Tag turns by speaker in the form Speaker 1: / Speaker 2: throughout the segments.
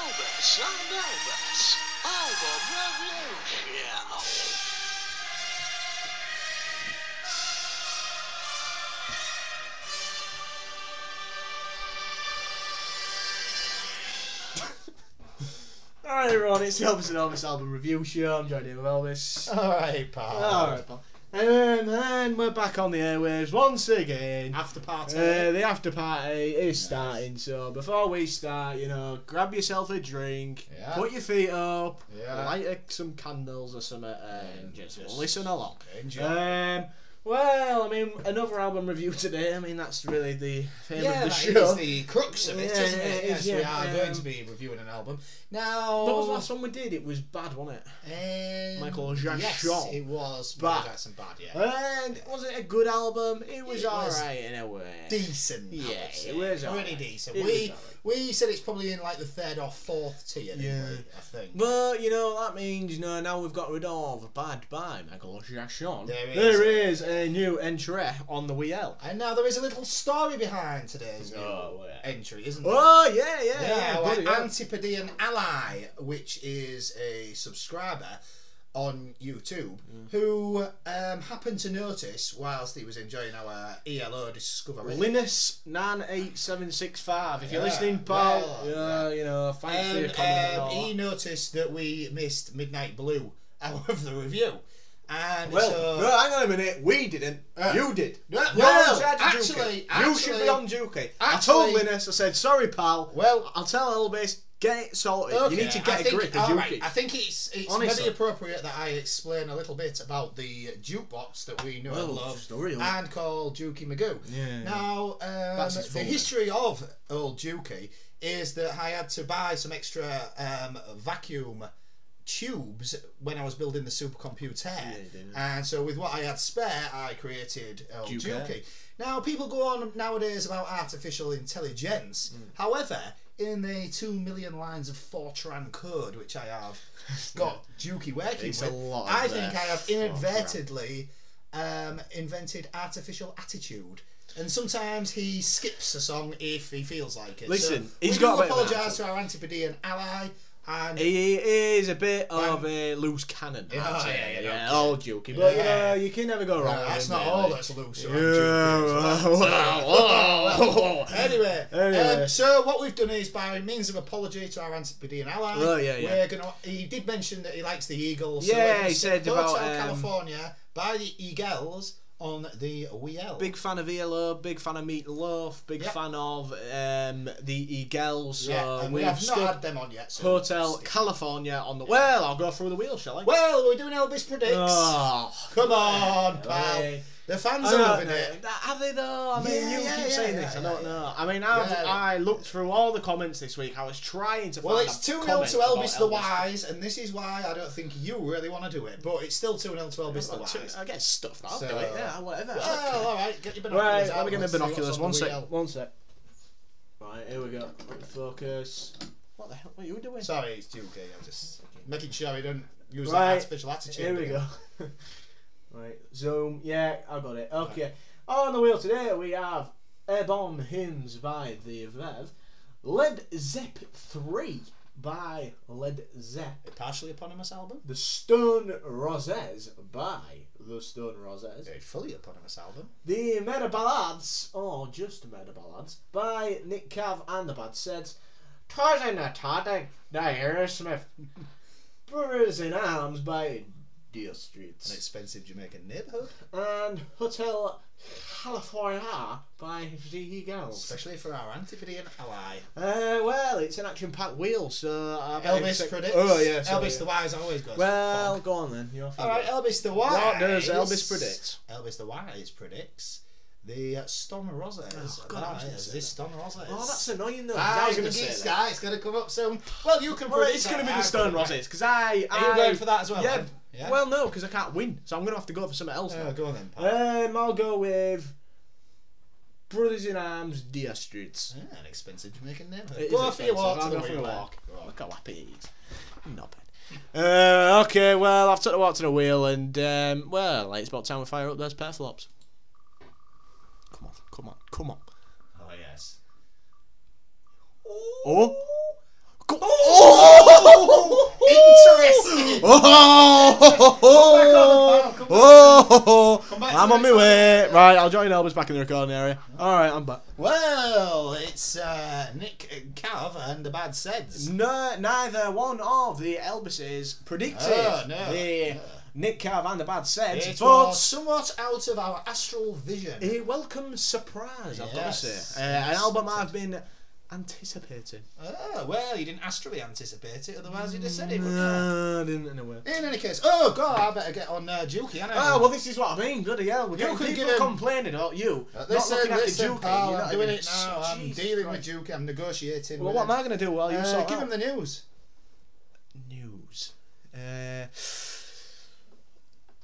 Speaker 1: Sound of us. Album Revolution.
Speaker 2: Alright everyone, it's the Elvis and Elvis album review show. I'm joined here with Elvis.
Speaker 3: Alright, pal.
Speaker 2: Alright, pal. And then we're back on the airwaves once again.
Speaker 3: After party.
Speaker 2: Uh, the after party is starting, so before we start, you know, grab yourself a drink,
Speaker 3: Yeah.
Speaker 2: put your feet up,
Speaker 3: Yeah.
Speaker 2: light a, some candles or something, and just,
Speaker 3: just
Speaker 2: listen along.
Speaker 3: Enjoy.
Speaker 2: Um, well, I mean, another album review today. I mean, that's really the theme of
Speaker 3: yeah,
Speaker 2: the
Speaker 3: that
Speaker 2: show.
Speaker 3: is the crux of it,
Speaker 2: Yeah,
Speaker 3: isn't
Speaker 2: it
Speaker 3: it?
Speaker 2: is,
Speaker 3: Yes, we
Speaker 2: yeah,
Speaker 3: are
Speaker 2: um,
Speaker 3: going to be reviewing an album. Now,
Speaker 2: What was the last one we did? It was bad, wasn't it?
Speaker 3: Um,
Speaker 2: Michael Jackson. uh,
Speaker 3: Yes, it was
Speaker 2: Bad.
Speaker 3: Michael Jackson bad, yeah.
Speaker 2: And was it a good album? It was
Speaker 3: It was
Speaker 2: alright in a way.
Speaker 3: decent. I would
Speaker 2: Yeah,
Speaker 3: say.
Speaker 2: it was
Speaker 3: really
Speaker 2: alright.
Speaker 3: decent.
Speaker 2: It was
Speaker 3: we
Speaker 2: alright.
Speaker 3: we said it's probably in like the third or fourth tier. didn't
Speaker 2: Yeah.
Speaker 3: we, I think.
Speaker 2: But you know that means you know now we've got rid of Bad by Michael Jackson.
Speaker 3: There is.
Speaker 2: there is a new entry on the WL.
Speaker 3: and now there is a little story behind today's
Speaker 2: No
Speaker 3: new
Speaker 2: way.
Speaker 3: entry, isn't there?
Speaker 2: Oh yeah, yeah, yeah.
Speaker 3: Yeah,
Speaker 2: yeah,
Speaker 3: our
Speaker 2: bloody hell.
Speaker 3: Antipodean Ally, which is a subscriber on YouTube,
Speaker 2: Mm.
Speaker 3: who um, happened to notice whilst he was enjoying our ELO discovery.
Speaker 2: Linus nine eight seven six five. If you're
Speaker 3: Yeah,
Speaker 2: listening, pal,
Speaker 3: well,
Speaker 2: yeah, you know, thanks for your
Speaker 3: and
Speaker 2: comment.
Speaker 3: um,
Speaker 2: and all
Speaker 3: he
Speaker 2: that.
Speaker 3: noticed that we missed Midnight Blue out of the review. And
Speaker 2: well,
Speaker 3: so,
Speaker 2: no, hang on a minute. We didn't.
Speaker 3: Uh,
Speaker 2: you did.
Speaker 3: no,
Speaker 2: You're
Speaker 3: well,
Speaker 2: in charge of
Speaker 3: actually-
Speaker 2: duty. you should be
Speaker 3: actually-
Speaker 2: on duty. I told
Speaker 3: actually-
Speaker 2: Linus. I said, sorry, pal.
Speaker 3: well,
Speaker 2: I'll tell Elvis. Get it sorted. you
Speaker 3: okay,
Speaker 2: need to
Speaker 3: I
Speaker 2: get a
Speaker 3: think,
Speaker 2: grip of
Speaker 3: all
Speaker 2: duty.
Speaker 3: right, I think it's it's
Speaker 2: Honestly.
Speaker 3: maybe appropriate that I explain a little bit about the jukebox that we know
Speaker 2: Well,
Speaker 3: and love,
Speaker 2: Oh, story, huh?
Speaker 3: and called Dukey Magoo.
Speaker 2: Yeah.
Speaker 3: Now, um,
Speaker 2: That's his full
Speaker 3: the
Speaker 2: name.
Speaker 3: history of Old Dukey is that I had to buy some extra um, vacuum tubes when I was building the supercomputer.
Speaker 2: you did.
Speaker 3: and so, with what I had spare, I created Old
Speaker 2: Dukey.
Speaker 3: Dukey. Now, people go on nowadays about artificial intelligence.
Speaker 2: Hmm.
Speaker 3: However, in the two million lines of Fortran code which I have got Dukey working
Speaker 2: It's a
Speaker 3: with,
Speaker 2: lot of
Speaker 3: I
Speaker 2: that
Speaker 3: think I have
Speaker 2: Fortran.
Speaker 3: inadvertently um, invented artificial attitude. And sometimes he skips a song if he feels like it.
Speaker 2: Listen,
Speaker 3: so
Speaker 2: he's
Speaker 3: we
Speaker 2: got a
Speaker 3: do
Speaker 2: bit of an
Speaker 3: apologise to our antipodean ally. And
Speaker 2: He is a bit of a loose cannon.
Speaker 3: Yeah,
Speaker 2: I'd say.
Speaker 3: yeah, yeah,
Speaker 2: yeah,
Speaker 3: okay.
Speaker 2: all jokey, but
Speaker 3: Yeah.
Speaker 2: you know you can never go wrong.
Speaker 3: Well,
Speaker 2: with
Speaker 3: that's
Speaker 2: him,
Speaker 3: not
Speaker 2: really.
Speaker 3: all that's loose around
Speaker 2: Yeah,
Speaker 3: Dukey as well.
Speaker 2: well,
Speaker 3: Anyway,
Speaker 2: Anyway.
Speaker 3: Um, so what we've done is by means of apology to our Antipodean ally,
Speaker 2: Oh, yeah, yeah.
Speaker 3: we're gonna. He did mention that he likes the Eagles. so
Speaker 2: Yeah,
Speaker 3: we're gonna
Speaker 2: he
Speaker 3: stick
Speaker 2: said
Speaker 3: Hotel
Speaker 2: about, um,
Speaker 3: California by the Eagles on the WL.
Speaker 2: Big fan of ELO, big fan of Meat Loaf, big
Speaker 3: Yeah.
Speaker 2: fan of um, the Eagles. So
Speaker 3: yeah, and we
Speaker 2: we've
Speaker 3: have not
Speaker 2: stuck
Speaker 3: had them on yet. So
Speaker 2: Hotel
Speaker 3: it's-
Speaker 2: California on the. Well, I'll go through the wheel, shall I?
Speaker 3: Well, we're doing Elvis predicts.
Speaker 2: Oh,
Speaker 3: Come on, pal.
Speaker 2: hey.
Speaker 3: The fans
Speaker 2: I
Speaker 3: are
Speaker 2: don't
Speaker 3: loving
Speaker 2: know.
Speaker 3: it.
Speaker 2: Have they though? I mean,
Speaker 3: Yeah,
Speaker 2: you
Speaker 3: yeah,
Speaker 2: keep
Speaker 3: yeah,
Speaker 2: saying
Speaker 3: yeah,
Speaker 2: this. I
Speaker 3: yeah,
Speaker 2: don't
Speaker 3: yeah.
Speaker 2: know. I mean, I've,
Speaker 3: Yeah.
Speaker 2: I looked through all the comments this week. I was trying to.
Speaker 3: Well,
Speaker 2: find
Speaker 3: it's
Speaker 2: a
Speaker 3: 2 0 to
Speaker 2: comment about
Speaker 3: Elvis the Wise, and this is why I don't think you really want to do it, but it's still 2 0 to Elvis the
Speaker 2: Well,
Speaker 3: Wise.
Speaker 2: two- I get stuffed. I'll
Speaker 3: So- uh,
Speaker 2: do it. Yeah, whatever.
Speaker 3: Well, all right, get your
Speaker 2: Right,
Speaker 3: binoculars out.
Speaker 2: let me get my
Speaker 3: let's see what's
Speaker 2: binoculars.
Speaker 3: on
Speaker 2: One
Speaker 3: the
Speaker 2: sec.
Speaker 3: wheel.
Speaker 2: One sec. Right, here we go. Focus. What the hell are you doing?
Speaker 3: Sorry, it's Duke. eh? I'm just making sure he doesn't use
Speaker 2: Right,
Speaker 3: that artificial attitude.
Speaker 2: Here we go. right, zoom. Yeah, I got it. Okay. On the wheel today, we have Airborne Hymns by The Verve, Led Zepp 3 by Led Zepp,
Speaker 3: A partially eponymous album.
Speaker 2: The Stone Roses by The Stone Roses,
Speaker 3: A fully eponymous album.
Speaker 2: The Meta Ballads, or just Meta Ballads, by Nick Cav and the Bad Sets. Toys in the Toddy, the Aerosmith. Brewers in Arms by Dear
Speaker 3: An
Speaker 2: Streets.
Speaker 3: expensive Jamaican neighborhood,
Speaker 2: And Hotel California by the Eagles.
Speaker 3: especially for our antipodean ally.
Speaker 2: Uh, well, it's an action packed wheel, so. I better
Speaker 3: Elvis
Speaker 2: expect-
Speaker 3: predicts.
Speaker 2: Oh, yeah. sorry,
Speaker 3: Elvis
Speaker 2: yeah.
Speaker 3: the Wise always goes.
Speaker 2: Well,
Speaker 3: fuck.
Speaker 2: go on then. You're
Speaker 3: all right, Elvis the Wise.
Speaker 2: What does Elvis predict?
Speaker 3: Elvis the Wise predicts the uh, Storm Roses.
Speaker 2: Oh, God, I was gonna
Speaker 3: Is
Speaker 2: say
Speaker 3: this
Speaker 2: that.
Speaker 3: Storm Roses?
Speaker 2: Oh, that's annoying though. 'cause
Speaker 3: Ah,
Speaker 2: I was
Speaker 3: it's gonna,
Speaker 2: going to
Speaker 3: it's-
Speaker 2: say that.
Speaker 3: ah, it's gonna come up soon. Well, you can.
Speaker 2: Well,
Speaker 3: predict
Speaker 2: it's
Speaker 3: that.
Speaker 2: going to be
Speaker 3: I
Speaker 2: the Stone
Speaker 3: predict that.
Speaker 2: Roses, because I.
Speaker 3: Are you
Speaker 2: I-
Speaker 3: going for that as well?
Speaker 2: Yeah.
Speaker 3: then? yeah.
Speaker 2: Well, no, because I can't win, so I'm going to have to go for something else.
Speaker 3: Uh,
Speaker 2: now.
Speaker 3: go on then. Pat.
Speaker 2: Um, I'll go with Brothers in Arms, Dear Streets.
Speaker 3: Yeah, an expensive Jamaican name.
Speaker 2: It is
Speaker 3: Go off for your
Speaker 2: expensive.
Speaker 3: walk.
Speaker 2: I'll
Speaker 3: to the
Speaker 2: go for a
Speaker 3: wheel then.
Speaker 2: walk.
Speaker 3: Go on.
Speaker 2: Look how happy he is. Not bad. Uh, okay, well, I've took the walk to the wheel, and um, well, it's about time we fire up those pair flops. Come on, come on, come on.
Speaker 3: Oh yes.
Speaker 2: Oh, go- oh!
Speaker 4: Oh,
Speaker 2: on the panel, come back.
Speaker 4: oh,
Speaker 3: Come back to
Speaker 4: I'm
Speaker 3: the
Speaker 4: on my
Speaker 3: next
Speaker 4: way. Right, I'll join Elvis back in the recording area. All right, I'm back.
Speaker 3: Well, it's uh, Nick Cav and the Bad Seds.
Speaker 2: No, neither one of the Elvises predicted
Speaker 3: Oh, no.
Speaker 2: the
Speaker 3: No.
Speaker 2: Nick Carve and the Bad Sense,
Speaker 3: It
Speaker 2: but
Speaker 3: was somewhat out of our astral vision.
Speaker 2: a welcome surprise, I've got to
Speaker 3: Yes,
Speaker 2: say. Uh, an
Speaker 3: yes.
Speaker 2: album I've been anticipating.
Speaker 3: Oh, well, you didn't astrally anticipate it, otherwise you'd have said it. wouldn't you?
Speaker 2: No, I didn't in a way.
Speaker 3: In any case, oh god, I better get on uh, Juki. I know.
Speaker 2: Oh, well, this is what I mean. Bloody hell, we're getting
Speaker 3: could
Speaker 2: people
Speaker 3: give him-
Speaker 2: complaining about you.
Speaker 3: Uh,
Speaker 2: not
Speaker 3: listen,
Speaker 2: looking
Speaker 3: listen,
Speaker 2: after Duke.
Speaker 3: pal,
Speaker 2: you're not
Speaker 3: "Ah, I'm doing
Speaker 2: even-
Speaker 3: it now. I'm
Speaker 2: Jesus
Speaker 3: dealing
Speaker 2: Christ.
Speaker 3: with Duke. I'm negotiating.
Speaker 2: Well,
Speaker 3: with
Speaker 2: what
Speaker 3: him.
Speaker 2: am I going to do while you
Speaker 3: Uh,
Speaker 2: sort
Speaker 3: give
Speaker 2: out
Speaker 3: him the news.
Speaker 2: news? Uh,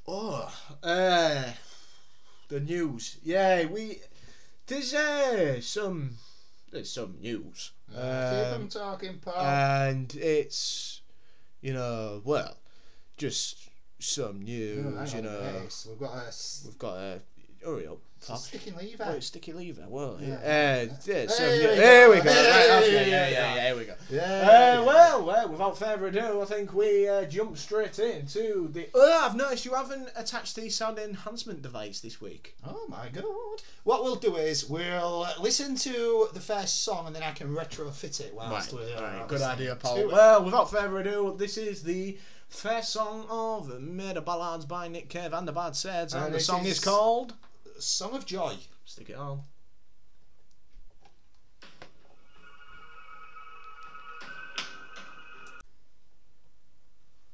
Speaker 2: oh, uh, the news. Yeah, we there's uh, some there's some news.
Speaker 3: Keep
Speaker 2: Um,
Speaker 3: him talking, pal.
Speaker 2: and it's you know well, just some
Speaker 3: Oh, hang
Speaker 2: news. You
Speaker 3: on,
Speaker 2: know,
Speaker 3: hey, so we've got a s-
Speaker 2: we've got a hurry up.
Speaker 3: a
Speaker 2: Fox.
Speaker 3: sticking lever.
Speaker 2: Wait, sticky lever, won't it?
Speaker 3: Yeah.
Speaker 2: Uh, yeah, so
Speaker 3: Hey,
Speaker 2: yeah,
Speaker 3: there
Speaker 2: there we
Speaker 3: we go.
Speaker 2: go.
Speaker 3: Hey,
Speaker 2: Right,
Speaker 3: there
Speaker 2: okay,
Speaker 3: we
Speaker 2: yeah,
Speaker 3: go.
Speaker 2: yeah, yeah, there we go.
Speaker 3: Yeah.
Speaker 2: Uh, well, uh, without further ado, I think we uh, jump straight into the. Oh, I've noticed you haven't attached the sound enhancement device this week.
Speaker 3: Oh my god. What we'll do is we'll listen to the first song and then I can retrofit it whilst we're.
Speaker 4: right,
Speaker 2: Good
Speaker 3: listening
Speaker 2: idea,
Speaker 3: to
Speaker 2: Paul.
Speaker 3: it.
Speaker 2: Well, without further ado, this is the first song of Made of Ballads by Nick Cave and the Bad Seds, and,
Speaker 3: And
Speaker 2: the
Speaker 3: it
Speaker 2: song is
Speaker 3: is-
Speaker 2: called
Speaker 3: Song of Joy.
Speaker 2: Stick It On.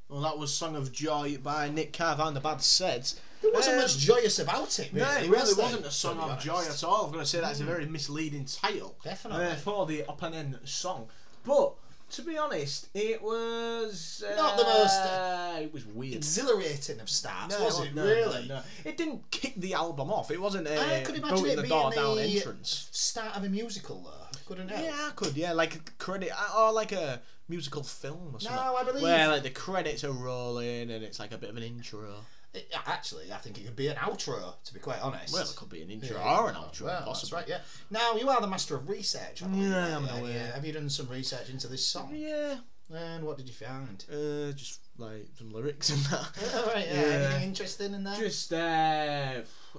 Speaker 2: Well, that was Song of Joy by Nick Cave and the Bad Seds.
Speaker 3: There wasn't
Speaker 2: Um,
Speaker 3: much joyous about it, really.
Speaker 2: No, it
Speaker 3: was
Speaker 2: really
Speaker 3: there?
Speaker 2: wasn't a song
Speaker 3: To be
Speaker 2: of
Speaker 3: honest.
Speaker 2: joy at all. I'm going to say that's a very misleading title
Speaker 3: Definitely.
Speaker 2: uh, for the opening song. But to be honest, it was uh,
Speaker 3: Not the most,
Speaker 2: it was weird.
Speaker 3: Exhilarating of starts, was it?
Speaker 2: no,
Speaker 3: really?
Speaker 2: no, no. It didn't kick the album off. It wasn't a
Speaker 3: I could imagine
Speaker 2: booting
Speaker 3: it
Speaker 2: the
Speaker 3: being
Speaker 2: door down
Speaker 3: the
Speaker 2: entrance.
Speaker 3: start of a musical, though. Couldn't it?
Speaker 2: Yeah, I could. Yeah, like a credit uh, or like a musical film or something.
Speaker 3: I believe-
Speaker 2: Where like the credits are rolling and it's like a bit of an intro.
Speaker 3: It- actually, I think it could be an outro, to be quite honest.
Speaker 2: Well, it could be an intro
Speaker 3: Yeah,
Speaker 2: or an
Speaker 3: well,
Speaker 2: outro,
Speaker 3: well, that's
Speaker 2: possibly.
Speaker 3: right, yeah. Now, you are the master of research. I believe,
Speaker 2: Yeah, I'm
Speaker 3: aren't you?
Speaker 2: aware.
Speaker 3: Yeah, Have you done some research into this song?
Speaker 2: Yeah,
Speaker 3: And what did you find?
Speaker 2: uh, just like some lyrics and that.
Speaker 3: Oh, right, yeah.
Speaker 2: Yeah.
Speaker 3: Anything interesting in there?
Speaker 2: Just uh,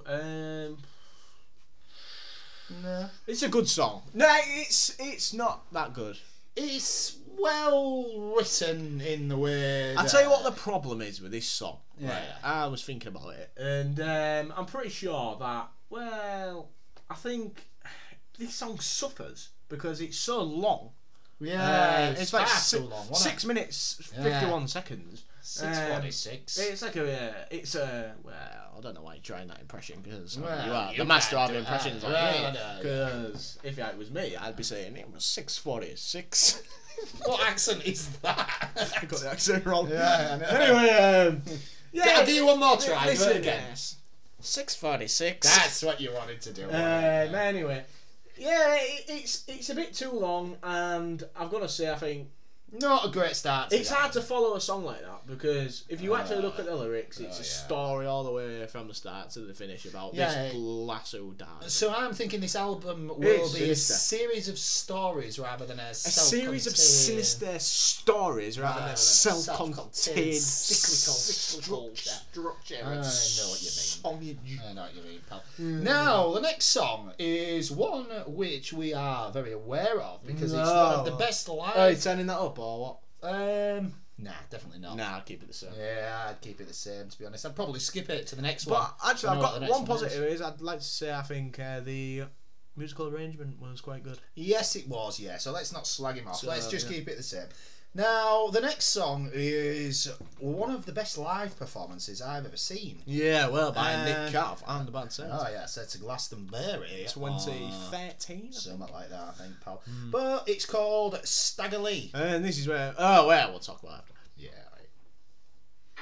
Speaker 2: um,
Speaker 3: No.
Speaker 2: it's a good song. No, it's it's not that good.
Speaker 3: It's well written in the uh, way.
Speaker 2: I'll
Speaker 3: that-
Speaker 2: tell you what the problem is with this song.
Speaker 3: Yeah.
Speaker 2: Right, I was thinking about it, and um, I'm pretty sure that well, I think this song suffers because it's so long.
Speaker 3: Yeah,
Speaker 2: Uh,
Speaker 3: it's,
Speaker 2: like
Speaker 3: far
Speaker 2: si-
Speaker 3: too long. wasn't
Speaker 2: six
Speaker 3: it?
Speaker 2: minutes
Speaker 3: Yeah.
Speaker 2: fifty-one seconds.
Speaker 3: Six
Speaker 2: um,
Speaker 3: forty-six.
Speaker 2: It's like a uh, it's a well, I don't know why you're trying that impression because
Speaker 3: Well,
Speaker 2: you are
Speaker 3: you
Speaker 2: the master
Speaker 3: can't
Speaker 2: of
Speaker 3: do
Speaker 2: impressions.
Speaker 3: that.
Speaker 2: on
Speaker 3: Well,
Speaker 2: me.
Speaker 3: no,
Speaker 2: Because if it was me, I'd be saying it was six forty-six.
Speaker 3: what accent is that?
Speaker 2: I got the accent wrong.
Speaker 3: Yeah, I know.
Speaker 2: Anyway, um, yeah.
Speaker 3: I'll give you one more try.
Speaker 2: Listen,
Speaker 3: do it again.
Speaker 2: Six forty-six.
Speaker 3: That's what you wanted to do. wasn't it?
Speaker 2: Um, anyway, yeah, it, it's it's a bit too long, and I've got to say, I think
Speaker 3: Not a great start. to
Speaker 2: it's
Speaker 3: that.
Speaker 2: hard to follow a Uh, song like that because if you actually look at the lyrics, it's
Speaker 3: oh,
Speaker 2: a
Speaker 3: yeah.
Speaker 2: story all the way from the start to the finish about
Speaker 3: Yeah.
Speaker 2: this lasso dance.
Speaker 3: So I'm thinking this album will
Speaker 2: It's
Speaker 3: be
Speaker 2: sinister.
Speaker 3: a series of stories rather than a,
Speaker 2: a series of sinister stories rather than
Speaker 3: Ah,
Speaker 2: a self-contained
Speaker 3: self-contained
Speaker 2: cyclical
Speaker 3: cyclical
Speaker 2: structure.
Speaker 3: I know what you mean.
Speaker 2: you mean.
Speaker 3: I know what you mean, pal.
Speaker 2: Hmm.
Speaker 3: Now, the next song is one which we are very aware of because it's one of the
Speaker 2: No. Oh,
Speaker 3: best
Speaker 2: Are you
Speaker 3: live.
Speaker 2: turning that up or what?
Speaker 3: Um, nah, definitely not.
Speaker 2: Nah, I'll keep it the same.
Speaker 3: Yeah, I'd keep it the same to be honest. I'd probably skip it to the next one.
Speaker 2: But actually,
Speaker 3: I
Speaker 2: I've
Speaker 3: know what
Speaker 2: got
Speaker 3: the
Speaker 2: one,
Speaker 3: next one is.
Speaker 2: positive is. I'd like to say I think uh, the musical arrangement was quite good.
Speaker 3: Yes, it was. Yeah. So let's not slag him off.
Speaker 2: So,
Speaker 3: let's just
Speaker 2: yeah.
Speaker 3: keep it the same. Now, the next song is one of the best live performances I've ever seen.
Speaker 2: Yeah, well,
Speaker 3: by Nick
Speaker 2: Calf and the Bad Sense.
Speaker 3: Oh yeah, so it's a Glastonbury. or
Speaker 2: 2013.
Speaker 3: Something like that, I think, pal.
Speaker 2: Hmm.
Speaker 3: But it's called Staggerly.
Speaker 2: And this is where. Oh, well, we'll talk about it after.
Speaker 3: Yeah. right.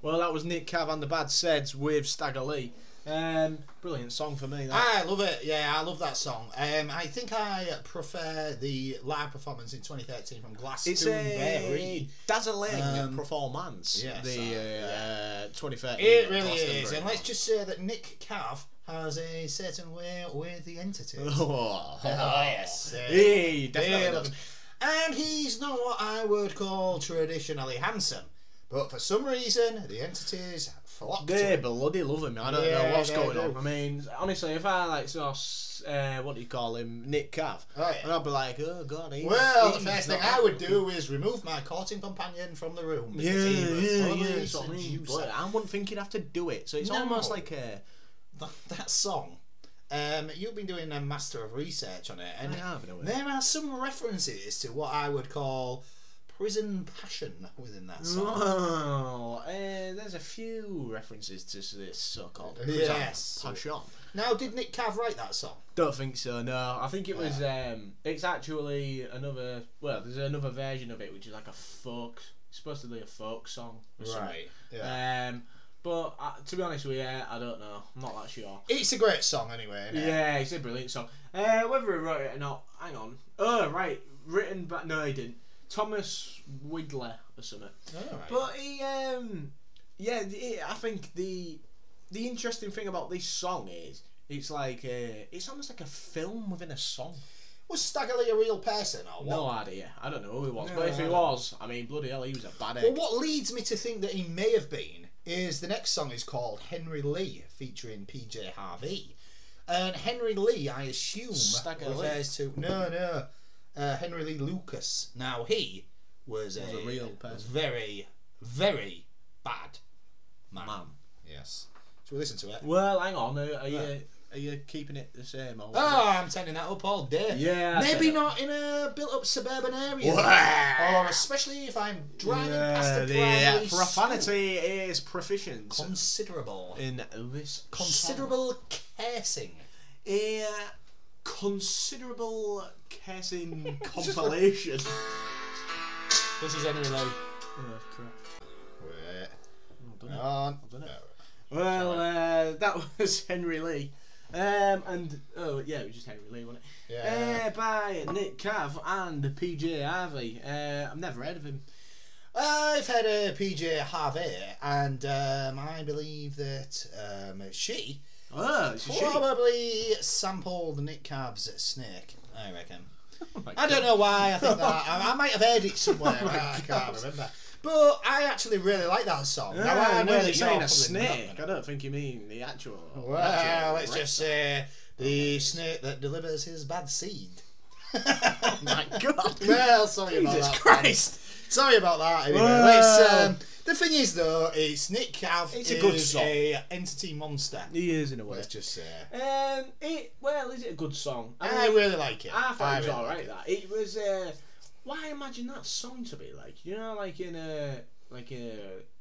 Speaker 2: Well, that was Nick Cav and the Bad Seds with Stagger Lee. Um, brilliant song for me. That.
Speaker 3: I love it. Yeah, I love that song. Um, I think I prefer the live performance in 2013 from
Speaker 2: It's
Speaker 3: Glastonbury.
Speaker 2: a dazzling
Speaker 3: Um,
Speaker 2: performance.
Speaker 3: yes,
Speaker 2: the
Speaker 3: uh,
Speaker 2: uh, 2013.
Speaker 3: It really is,
Speaker 2: Glastonbury.
Speaker 3: and let's just say that Nick Cav has a certain way with the entity.
Speaker 2: Oh,
Speaker 3: yes. uh,
Speaker 2: Hey,
Speaker 3: Dear
Speaker 2: definitely.
Speaker 3: Evan. And he's not what I would call traditionally handsome, but for some reason the entities flock to
Speaker 2: They
Speaker 3: him.
Speaker 2: bloody love him. I don't
Speaker 3: Yeah,
Speaker 2: know what's
Speaker 3: they
Speaker 2: going
Speaker 3: do.
Speaker 2: on. I mean, honestly, if I like saw, s- uh, what do you call him, Nick Cav,
Speaker 3: Oh, yeah.
Speaker 2: and I'd be like, oh god, he's,
Speaker 3: Well, the
Speaker 2: he's
Speaker 3: first thing
Speaker 2: not-
Speaker 3: I would do is remove my courting companion from the room.
Speaker 2: Yeah,
Speaker 3: because he would
Speaker 2: yeah,
Speaker 3: probably
Speaker 2: yeah. That's what I mean.
Speaker 3: seduce
Speaker 2: But
Speaker 3: her.
Speaker 2: I wouldn't think he'd have to do it. So it's
Speaker 3: No.
Speaker 2: almost like a.
Speaker 3: That, that song. Um, you've been doing a master of research on it, and
Speaker 2: I have, in a way.
Speaker 3: there are some references to what I would call prison passion within that song.
Speaker 2: Oh, uh, there's a few references to this so-called
Speaker 3: Yes.
Speaker 2: Prison passion.
Speaker 3: Now, did Nick Cav write that song?
Speaker 2: Don't think so. No, I think it was. Um, it's actually another. Well, there's another version of it which is like a folk, supposedly a folk song. or something.
Speaker 3: Yeah.
Speaker 2: Um, but uh, to be honest with you, I don't know. I'm not that sure.
Speaker 3: it's a great song anyway.
Speaker 2: Yeah,
Speaker 3: Isn't it?
Speaker 2: it's a brilliant song. Uh, whether he wrote it or not, hang on. Oh, right, written but no, he didn't. Thomas Wiggler or something.
Speaker 3: Alright.
Speaker 2: But he, um, yeah, the- I think the the interesting thing about this song is it's like uh it's almost like a film within a song.
Speaker 3: was Staggerly a real person or what?
Speaker 2: No idea. I don't know who he was,
Speaker 3: No,
Speaker 2: but if
Speaker 3: I
Speaker 2: he
Speaker 3: don't.
Speaker 2: was, I mean, bloody hell, he was a bad egg.
Speaker 3: Well, what leads me to think that he may have been is the next song is called Henry Lee featuring PJ Harvey. And Henry Lee, I assume,
Speaker 2: Stagger Lee.
Speaker 3: refers to. No, no. Uh, Henry Lee Lucas. Now, he was,
Speaker 2: Was a real person.
Speaker 3: Very, very bad man.
Speaker 2: Man.
Speaker 3: Yes. Shall we listen to it?
Speaker 2: Well, hang on. Are, are
Speaker 3: Yeah.
Speaker 2: you are you keeping it the same? Or
Speaker 3: Oh, I'm turning that up all day.
Speaker 2: Yeah, I
Speaker 3: Maybe
Speaker 2: said that.
Speaker 3: not in a built up suburban area.
Speaker 2: Wah!
Speaker 3: Or especially if I'm driving past a
Speaker 2: the
Speaker 3: primary
Speaker 2: uh, profanity is proficient
Speaker 3: school. Considerable.
Speaker 2: in this
Speaker 3: Considerable
Speaker 2: song.
Speaker 3: cursing.
Speaker 2: a uh, considerable cursing compilation.
Speaker 3: This is Henry Lowe.
Speaker 2: oh, crap. Ah,
Speaker 3: Wait.
Speaker 2: done
Speaker 3: Hang on.
Speaker 2: done it.
Speaker 3: No.
Speaker 2: Well, uh, that was Henry Lee. Um, and oh yeah, it was just Henry Lee, wasn't it?
Speaker 3: Yeah.
Speaker 2: Uh, by Nick Cav and PJ Harvey. Uh, I've never heard of him.
Speaker 3: I've had a PJ Harvey, and um, I believe that um, she
Speaker 2: Oh, it's a she.
Speaker 3: probably sampled Nick Cav's snake, I reckon.
Speaker 2: Oh my
Speaker 3: I don't know why I think that. I, I might have heard it somewhere.
Speaker 2: Oh my
Speaker 3: Ah, I can't
Speaker 2: God.
Speaker 3: remember. But I actually really like that song.
Speaker 2: Yeah,
Speaker 3: now, I
Speaker 2: I know
Speaker 3: know
Speaker 2: Eh,
Speaker 3: that
Speaker 2: you're
Speaker 3: you're
Speaker 2: saying
Speaker 3: probably
Speaker 2: a snake. I
Speaker 3: not-
Speaker 2: don't think you mean the actual.
Speaker 3: Well,
Speaker 2: actual
Speaker 3: let's
Speaker 2: re-
Speaker 3: just say the snake that delivers his bad seed.
Speaker 2: Oh my god.
Speaker 3: Well, sorry about
Speaker 2: Jesus
Speaker 3: that.
Speaker 2: Christ.
Speaker 3: Sorry about that. Anyway,
Speaker 2: Well.
Speaker 3: let's, um, the thing is though, it's Nick Cav.
Speaker 2: It's a good
Speaker 3: is
Speaker 2: song.
Speaker 3: a entity monster.
Speaker 2: He is in a way.
Speaker 3: um, Let's just say.
Speaker 2: Um, it well, is it a good song? I,
Speaker 3: I
Speaker 2: mean,
Speaker 3: really like it.
Speaker 2: I thought it was
Speaker 3: really
Speaker 2: all
Speaker 3: like
Speaker 2: right. That it was. Uh, why imagine that song to be like? You know, like in a like a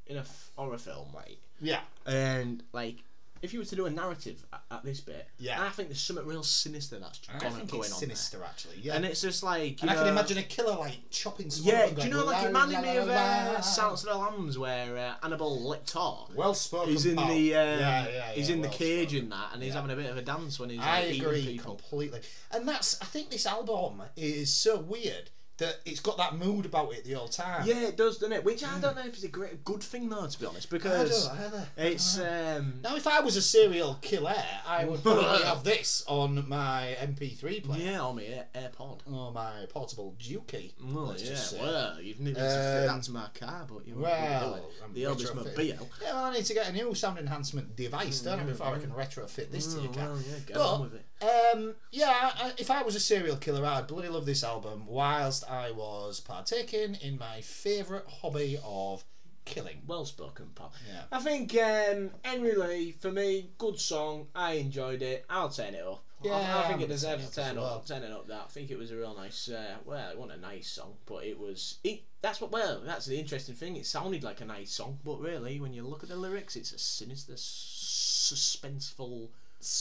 Speaker 2: in a f- horror film, like
Speaker 3: Yeah.
Speaker 2: and like. If you were to do a narrative at, at this bit,
Speaker 3: Yeah.
Speaker 2: I think there's something real sinister that's
Speaker 3: I
Speaker 2: gone-
Speaker 3: think
Speaker 2: going
Speaker 3: it's
Speaker 2: on.
Speaker 3: sinister actually.
Speaker 2: there.
Speaker 3: Yeah.
Speaker 2: And it's just like you
Speaker 3: And I can
Speaker 2: know-
Speaker 3: imagine a killer like chopping someone.
Speaker 2: Yeah,
Speaker 3: up and
Speaker 2: do you know
Speaker 3: going,
Speaker 2: like it
Speaker 3: "La, la,
Speaker 2: reminded me
Speaker 3: la,
Speaker 2: of
Speaker 3: la, la, la."
Speaker 2: uh, Silence of the Lambs where uh, Annabelle Lecter
Speaker 3: Well spoken.
Speaker 2: He's in the
Speaker 3: pal.
Speaker 2: um,
Speaker 3: yeah, yeah,
Speaker 2: he's
Speaker 3: yeah,
Speaker 2: in the
Speaker 3: well
Speaker 2: cage
Speaker 3: spoken.
Speaker 2: in that, and he's
Speaker 3: Yeah.
Speaker 2: having a bit of a dance when he's like,
Speaker 3: I
Speaker 2: eating
Speaker 3: agree
Speaker 2: people.
Speaker 3: completely. And that's I think this album is so weird that it's got that mood about it the whole time.
Speaker 2: Yeah, it does, doesn't it? Which I don't know if it's a great good thing though, to be honest,
Speaker 3: Mm. I
Speaker 2: because
Speaker 3: don't either.
Speaker 2: it's um,
Speaker 3: Now, if I was a serial killer, I would probably have this on my MP3 player
Speaker 2: yeah, on my air, AirPod.
Speaker 3: or my portable Dukey.
Speaker 2: Well,
Speaker 3: let's
Speaker 2: Oh, yeah,
Speaker 3: just say.
Speaker 2: well, you've needed to
Speaker 3: Um,
Speaker 2: fit that to my car, but you
Speaker 3: well,
Speaker 2: won't
Speaker 3: I'm
Speaker 2: be able to do it.
Speaker 3: retrofitting.
Speaker 2: the Elvis mobile.
Speaker 3: Yeah, well, I need to get a new sound enhancement device, don't I, before I can retrofit this to
Speaker 2: Oh,
Speaker 3: your car.
Speaker 2: well, yeah, get
Speaker 3: But-
Speaker 2: on with it.
Speaker 3: Um, yeah, I, if I was a serial killer, I'd bloody love this album whilst I was partaking in my favourite hobby of killing.
Speaker 2: Well spoken, pal.
Speaker 3: Yeah.
Speaker 2: I think um, Henry Lee for me, good song. I enjoyed it. I'll turn it up. I- I,
Speaker 3: Yeah,
Speaker 2: think
Speaker 3: I'm
Speaker 2: it deserves
Speaker 3: gonna
Speaker 2: a
Speaker 3: turn
Speaker 2: turn
Speaker 3: it up as well.
Speaker 2: up. Turn it up. That I think it was a real nice. Uh, well, it wasn't a nice song, but it was. It, that's what. Well, that's the interesting thing. It sounded like a nice song, but really, when you look at the lyrics, it's a sinister, s- suspenseful.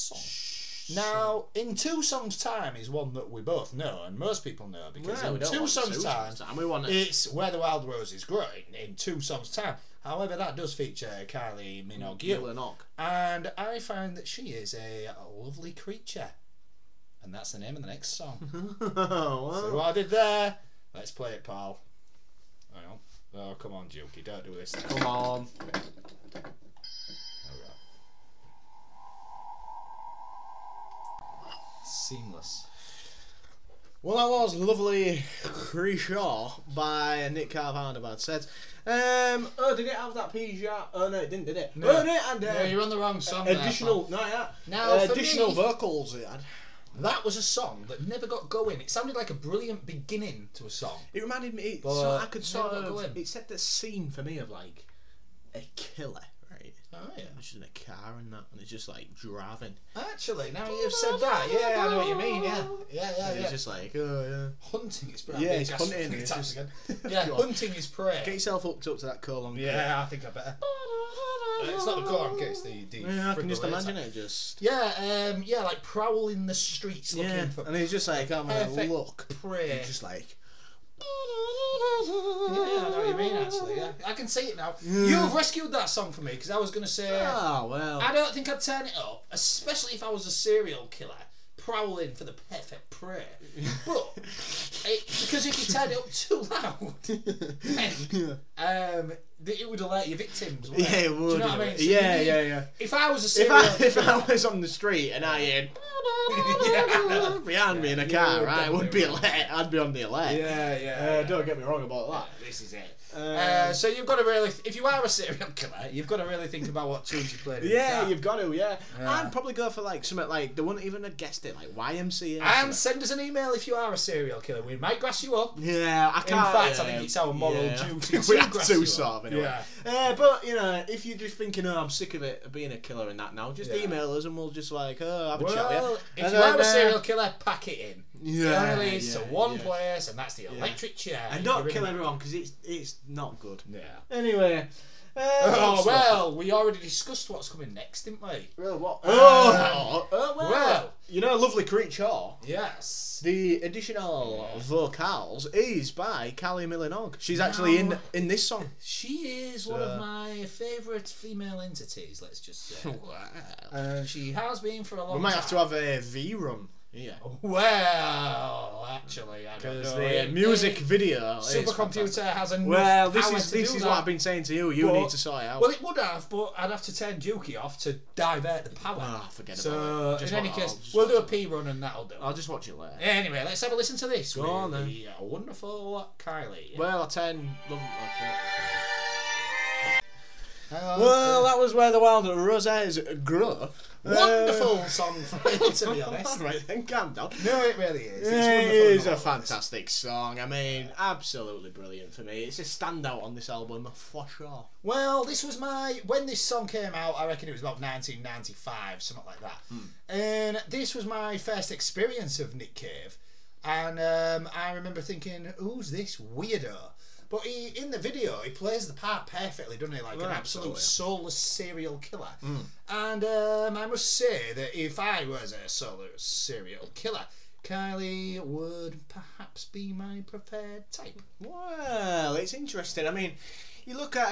Speaker 2: Sh- song.
Speaker 3: Now, in two songs' time is one that we both know, and most people know because
Speaker 2: Well, we
Speaker 3: in
Speaker 2: don't
Speaker 3: two
Speaker 2: want
Speaker 3: songs' time,
Speaker 2: time. We want. it.
Speaker 3: it's where the wild roses grow in, in two songs' time. However, that does feature Kylie Minogue,
Speaker 2: Gil and Ock.
Speaker 3: and I find that she is a lovely creature, and that's the name of the next song. So uh,
Speaker 2: Well,
Speaker 3: what I did there. Let's play it, pal. Hang on. Oh, come on, Jokey, don't do this.
Speaker 2: Come on.
Speaker 3: All right.
Speaker 2: Well, that was lovely Creeshaw by Nick Carvana about said. Um, oh, did it have that Peugeot? Oh, no, it didn't, did it?
Speaker 3: No.
Speaker 2: Oh, no, and uh,
Speaker 3: No, you're on the wrong song. there,
Speaker 2: additional, no, yeah.
Speaker 3: Now,
Speaker 2: uh,
Speaker 3: for
Speaker 2: additional
Speaker 3: me-
Speaker 2: vocals it had.
Speaker 3: pal. That was a song that never got going. It sounded like a brilliant beginning to a song.
Speaker 2: It reminded me, it,
Speaker 3: But
Speaker 2: so I could
Speaker 3: uh, no,
Speaker 2: sort
Speaker 3: not
Speaker 2: of,
Speaker 3: going.
Speaker 2: it set the scene for me of like a killer, right?
Speaker 3: Oh yeah.
Speaker 2: Just in a car and that, and it's just like driving.
Speaker 3: Actually, now you've said that, yeah, I know what you mean. Yeah, yeah, yeah,
Speaker 2: And
Speaker 3: yeah.
Speaker 2: It's just like, oh, yeah.
Speaker 3: hunting is prey.
Speaker 2: Yeah,
Speaker 3: Big
Speaker 2: it's
Speaker 3: gas-
Speaker 2: hunting,
Speaker 3: big
Speaker 2: it's just-
Speaker 3: gas again. yeah,
Speaker 2: Go on.
Speaker 3: hunting is prey.
Speaker 2: Get yourself hooked up to that curl on
Speaker 3: Yeah, I think I better. Uh, it's not the core, okay, it's the, the
Speaker 2: Yeah, I can just
Speaker 3: defibrillator.
Speaker 2: imagine it just.
Speaker 3: Yeah, um, yeah, like prowling the streets
Speaker 2: Yeah,
Speaker 3: looking for
Speaker 2: and he's just like, I'm gonna
Speaker 3: perfect
Speaker 2: look.
Speaker 3: prey.
Speaker 2: It's just like.
Speaker 3: Yeah, I know what you mean. Actually, yeah, I can see it now. You've rescued that song for me because I was gonna say
Speaker 2: Ah, well.
Speaker 3: I don't think I'd turn it up, especially if I was a serial killer prowling for the perfect prey. But it, because if you turn it up too loud,
Speaker 2: yeah.
Speaker 3: um, th- it would alert your victims. Wouldn't
Speaker 2: yeah, it
Speaker 3: Do
Speaker 2: would.
Speaker 3: you know what I
Speaker 2: yeah,
Speaker 3: mean? So you
Speaker 2: yeah,
Speaker 3: need-
Speaker 2: yeah, yeah.
Speaker 3: If I was a
Speaker 2: If
Speaker 3: serial,
Speaker 2: I, if
Speaker 3: killer-
Speaker 2: I was on the street and I heard
Speaker 3: yeah,
Speaker 2: behind me in a
Speaker 3: you
Speaker 2: car,
Speaker 3: would
Speaker 2: I would
Speaker 3: definitely
Speaker 2: be
Speaker 3: run.
Speaker 2: alert. I'd be on the alert.
Speaker 3: yeah,
Speaker 2: Uh,
Speaker 3: yeah,
Speaker 2: don't get me wrong about that.
Speaker 3: This is it.
Speaker 2: Uh,
Speaker 3: Uh, so you've got to really, if you are a serial killer, you've got to really think about what tunes you played. in
Speaker 2: yeah,
Speaker 3: the car.
Speaker 2: you've got to. Yeah.
Speaker 3: Yeah.
Speaker 2: I'd probably go for like something like they wouldn't even have guessed it, like YMCA. or
Speaker 3: And
Speaker 2: something.
Speaker 3: send us an email if you are a serial killer. We might grass you up.
Speaker 2: yeah, I
Speaker 3: In
Speaker 2: can't.
Speaker 3: fact,
Speaker 2: yeah,
Speaker 3: I think it's our moral
Speaker 2: yeah.
Speaker 3: duty
Speaker 2: we
Speaker 3: to
Speaker 2: have
Speaker 3: grass you
Speaker 2: to
Speaker 3: up.
Speaker 2: sort of, anyway.
Speaker 3: Yeah.
Speaker 2: Uh, but you know, if you're just thinking, oh, I'm sick of it being a killer and that now, just
Speaker 3: Yeah.
Speaker 2: email us and we'll just like, oh, have a chat.
Speaker 3: Well,
Speaker 2: with you.
Speaker 3: if
Speaker 2: And
Speaker 3: you are
Speaker 2: then,
Speaker 3: a
Speaker 2: uh,
Speaker 3: serial killer, pack it in.
Speaker 2: yeah,
Speaker 3: it only leads
Speaker 2: yeah,
Speaker 3: to one
Speaker 2: yeah.
Speaker 3: place, and that's the electric chair.
Speaker 2: and not
Speaker 3: You're in-
Speaker 2: kill everyone because it's it's not good.
Speaker 3: Yeah.
Speaker 2: Anyway. Uh,
Speaker 3: Oh
Speaker 2: what's
Speaker 3: well, we already discussed what's coming next, didn't we?
Speaker 2: that? Well, what? Oh, oh, well.
Speaker 3: Uh, well.
Speaker 2: You know, lovely creature.
Speaker 3: Yes.
Speaker 2: The additional vocals is by Callie Millenog. She's actually in
Speaker 3: No.
Speaker 2: in this song.
Speaker 3: She is one
Speaker 2: So-
Speaker 3: of my favourite female entities. Let's just say she has been for a long.
Speaker 2: we might
Speaker 3: time.
Speaker 2: have to have a V run. Yeah.
Speaker 3: Well, actually, I don't
Speaker 2: Because
Speaker 3: know.
Speaker 2: the uh,
Speaker 3: It-
Speaker 2: music
Speaker 3: it-
Speaker 2: video. is fantastic.
Speaker 3: supercomputer has enough
Speaker 2: Well, this
Speaker 3: power
Speaker 2: is
Speaker 3: to
Speaker 2: this
Speaker 3: do
Speaker 2: is
Speaker 3: that.
Speaker 2: what I've been saying to you. You
Speaker 3: But-
Speaker 2: need to sort it out.
Speaker 3: Well, it would have, but I'd have to turn Dookie off to divert the power.
Speaker 2: Ah, forget
Speaker 3: so,
Speaker 2: about it. Just
Speaker 3: in any
Speaker 2: wa- I'll
Speaker 3: case,
Speaker 2: just
Speaker 3: we'll do a
Speaker 2: watch
Speaker 3: P run and that'll do.
Speaker 2: I'll just watch it later.
Speaker 3: Anyway, let's have a listen to this.
Speaker 2: Go on,
Speaker 3: with the uh, wonderful Kylie.
Speaker 2: Well, I ten. Love, okay.
Speaker 3: Hang on.
Speaker 2: Well, uh, that was where the wild roses grow.
Speaker 3: wonderful song for it, to be
Speaker 2: Uh,
Speaker 3: honest.
Speaker 2: right then, calm down.
Speaker 3: No, it really is. It's
Speaker 2: It
Speaker 3: wonderful
Speaker 2: is a
Speaker 3: and all that.
Speaker 2: fantastic song. I mean, absolutely brilliant for me. It's a standout on this album for sure.
Speaker 3: Well, this was my when this song came out. I reckon it was about 1995, something like that. And this was my first experience of Nick Cave, and um, I remember thinking, "Who's this weirdo?" But he in the video he plays the part perfectly, doesn't he? Like an
Speaker 2: Well,
Speaker 3: absolute
Speaker 2: absolutely.
Speaker 3: soulless serial killer. And um, I must say that if I was a soulless serial killer, Kylie would perhaps be my preferred type.
Speaker 2: Well, it's interesting. I mean, you look at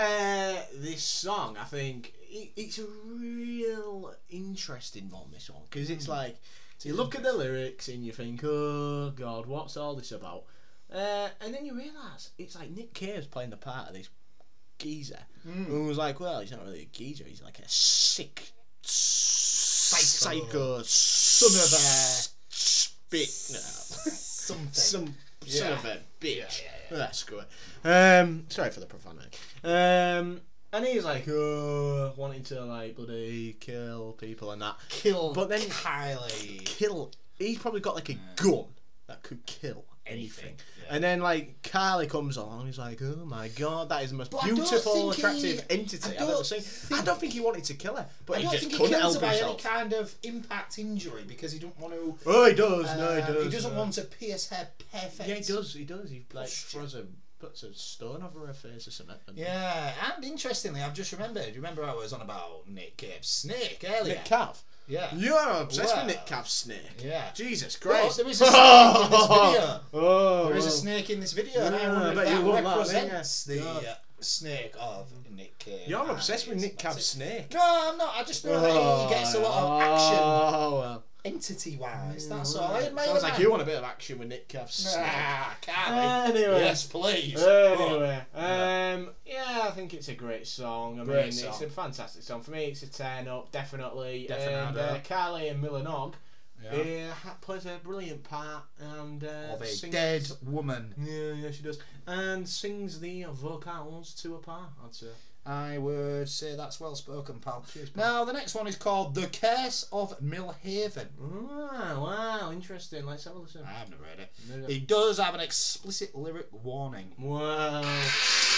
Speaker 2: uh, this song. I think it, it's a real interesting one. This one because
Speaker 3: Hmm.
Speaker 2: it's like you look at the lyrics and you think, "Oh God, what's all this about?" Uh, and then you realise it's like Nick Cave's playing the part of this geezer
Speaker 3: Hmm.
Speaker 2: who was like, "Well, he's not really a geezer. He's like a sick psycho, psycho
Speaker 3: Son of a
Speaker 2: spit." No
Speaker 3: something.
Speaker 2: some son of a bitch.
Speaker 3: yeah,
Speaker 2: That's good. Um, sorry for the profanity. Um, and he's like, oh, wanting to like bloody kill people and that.
Speaker 3: kill
Speaker 2: But then-
Speaker 3: Kylie.
Speaker 2: Kill. He's probably got like a gun that could kill anything. And then like Carly comes along, he's like, oh my god, that is the most
Speaker 3: But I don't
Speaker 2: beautiful,
Speaker 3: think he-
Speaker 2: attractive
Speaker 3: I
Speaker 2: entity I've
Speaker 3: don't
Speaker 2: ever seen. I don't think he wanted to kill her, but
Speaker 3: I
Speaker 2: he
Speaker 3: don't
Speaker 2: just
Speaker 3: think he
Speaker 2: couldn't
Speaker 3: kills
Speaker 2: help
Speaker 3: her by any
Speaker 2: himself.
Speaker 3: kind of impact injury because he don't want to.
Speaker 2: Oh, he does. no, he
Speaker 3: uh,
Speaker 2: does.
Speaker 3: he doesn't
Speaker 2: no.
Speaker 3: want to pierce her perfect.
Speaker 2: Yeah, he does. He does. He like
Speaker 3: shit.
Speaker 2: throws a puts a stone over her face or something. doesn't he?
Speaker 3: Yeah, and interestingly, I've just remembered. Remember, I was on about Nick Cave's snake earlier.
Speaker 2: Nick Calf.
Speaker 3: yeah.
Speaker 2: You are obsessed
Speaker 3: Well,
Speaker 2: with Nick Calf's snake.
Speaker 3: yeah.
Speaker 2: Jesus
Speaker 3: Well,
Speaker 2: Christ.
Speaker 3: there is a snake in this video.
Speaker 2: Oh,
Speaker 3: There is a
Speaker 2: well.
Speaker 3: snake in this video, and
Speaker 2: Oh. Yeah,
Speaker 3: I wonder
Speaker 2: I bet
Speaker 3: if
Speaker 2: you
Speaker 3: that
Speaker 2: love that,
Speaker 3: represents
Speaker 2: don't you?
Speaker 3: the
Speaker 2: God.
Speaker 3: uh, snake of Nick Cave.
Speaker 2: You're
Speaker 3: and
Speaker 2: obsessed with
Speaker 3: his
Speaker 2: Nick Calf's
Speaker 3: massive-
Speaker 2: snake.
Speaker 3: No, I'm not. I just know that he gets a lot of action.
Speaker 2: Oh, well.
Speaker 3: entity wise. That's all. I admire
Speaker 2: Sounds
Speaker 3: that.
Speaker 2: like you want a bit of action with Nick Calf's snake.
Speaker 3: Ah, Carly.
Speaker 2: Anyway.
Speaker 3: Yes, please.
Speaker 2: Anyway, um, yeah, I think it's a great song. I
Speaker 3: Great
Speaker 2: mean, it's
Speaker 3: song.
Speaker 2: a fantastic song. For me, it's a 10 up, definitely.
Speaker 3: Definitely.
Speaker 2: And uh, Carly and Millenog
Speaker 3: Yeah.
Speaker 2: He uh, ha- plays a brilliant part and uh,
Speaker 3: of a
Speaker 2: sings.
Speaker 3: dead woman.
Speaker 2: Yeah, yeah, she does, and sings the vocals to a par. I'd say.
Speaker 3: I would say that's well spoken, pal.
Speaker 2: Cheers, pal.
Speaker 3: Now the next one is called The Curse of Millhaven.
Speaker 2: Wow, wow, interesting. Let's have a listen.
Speaker 3: I haven't read it.
Speaker 2: No, no.
Speaker 3: It does have an explicit lyric warning.
Speaker 2: Wow.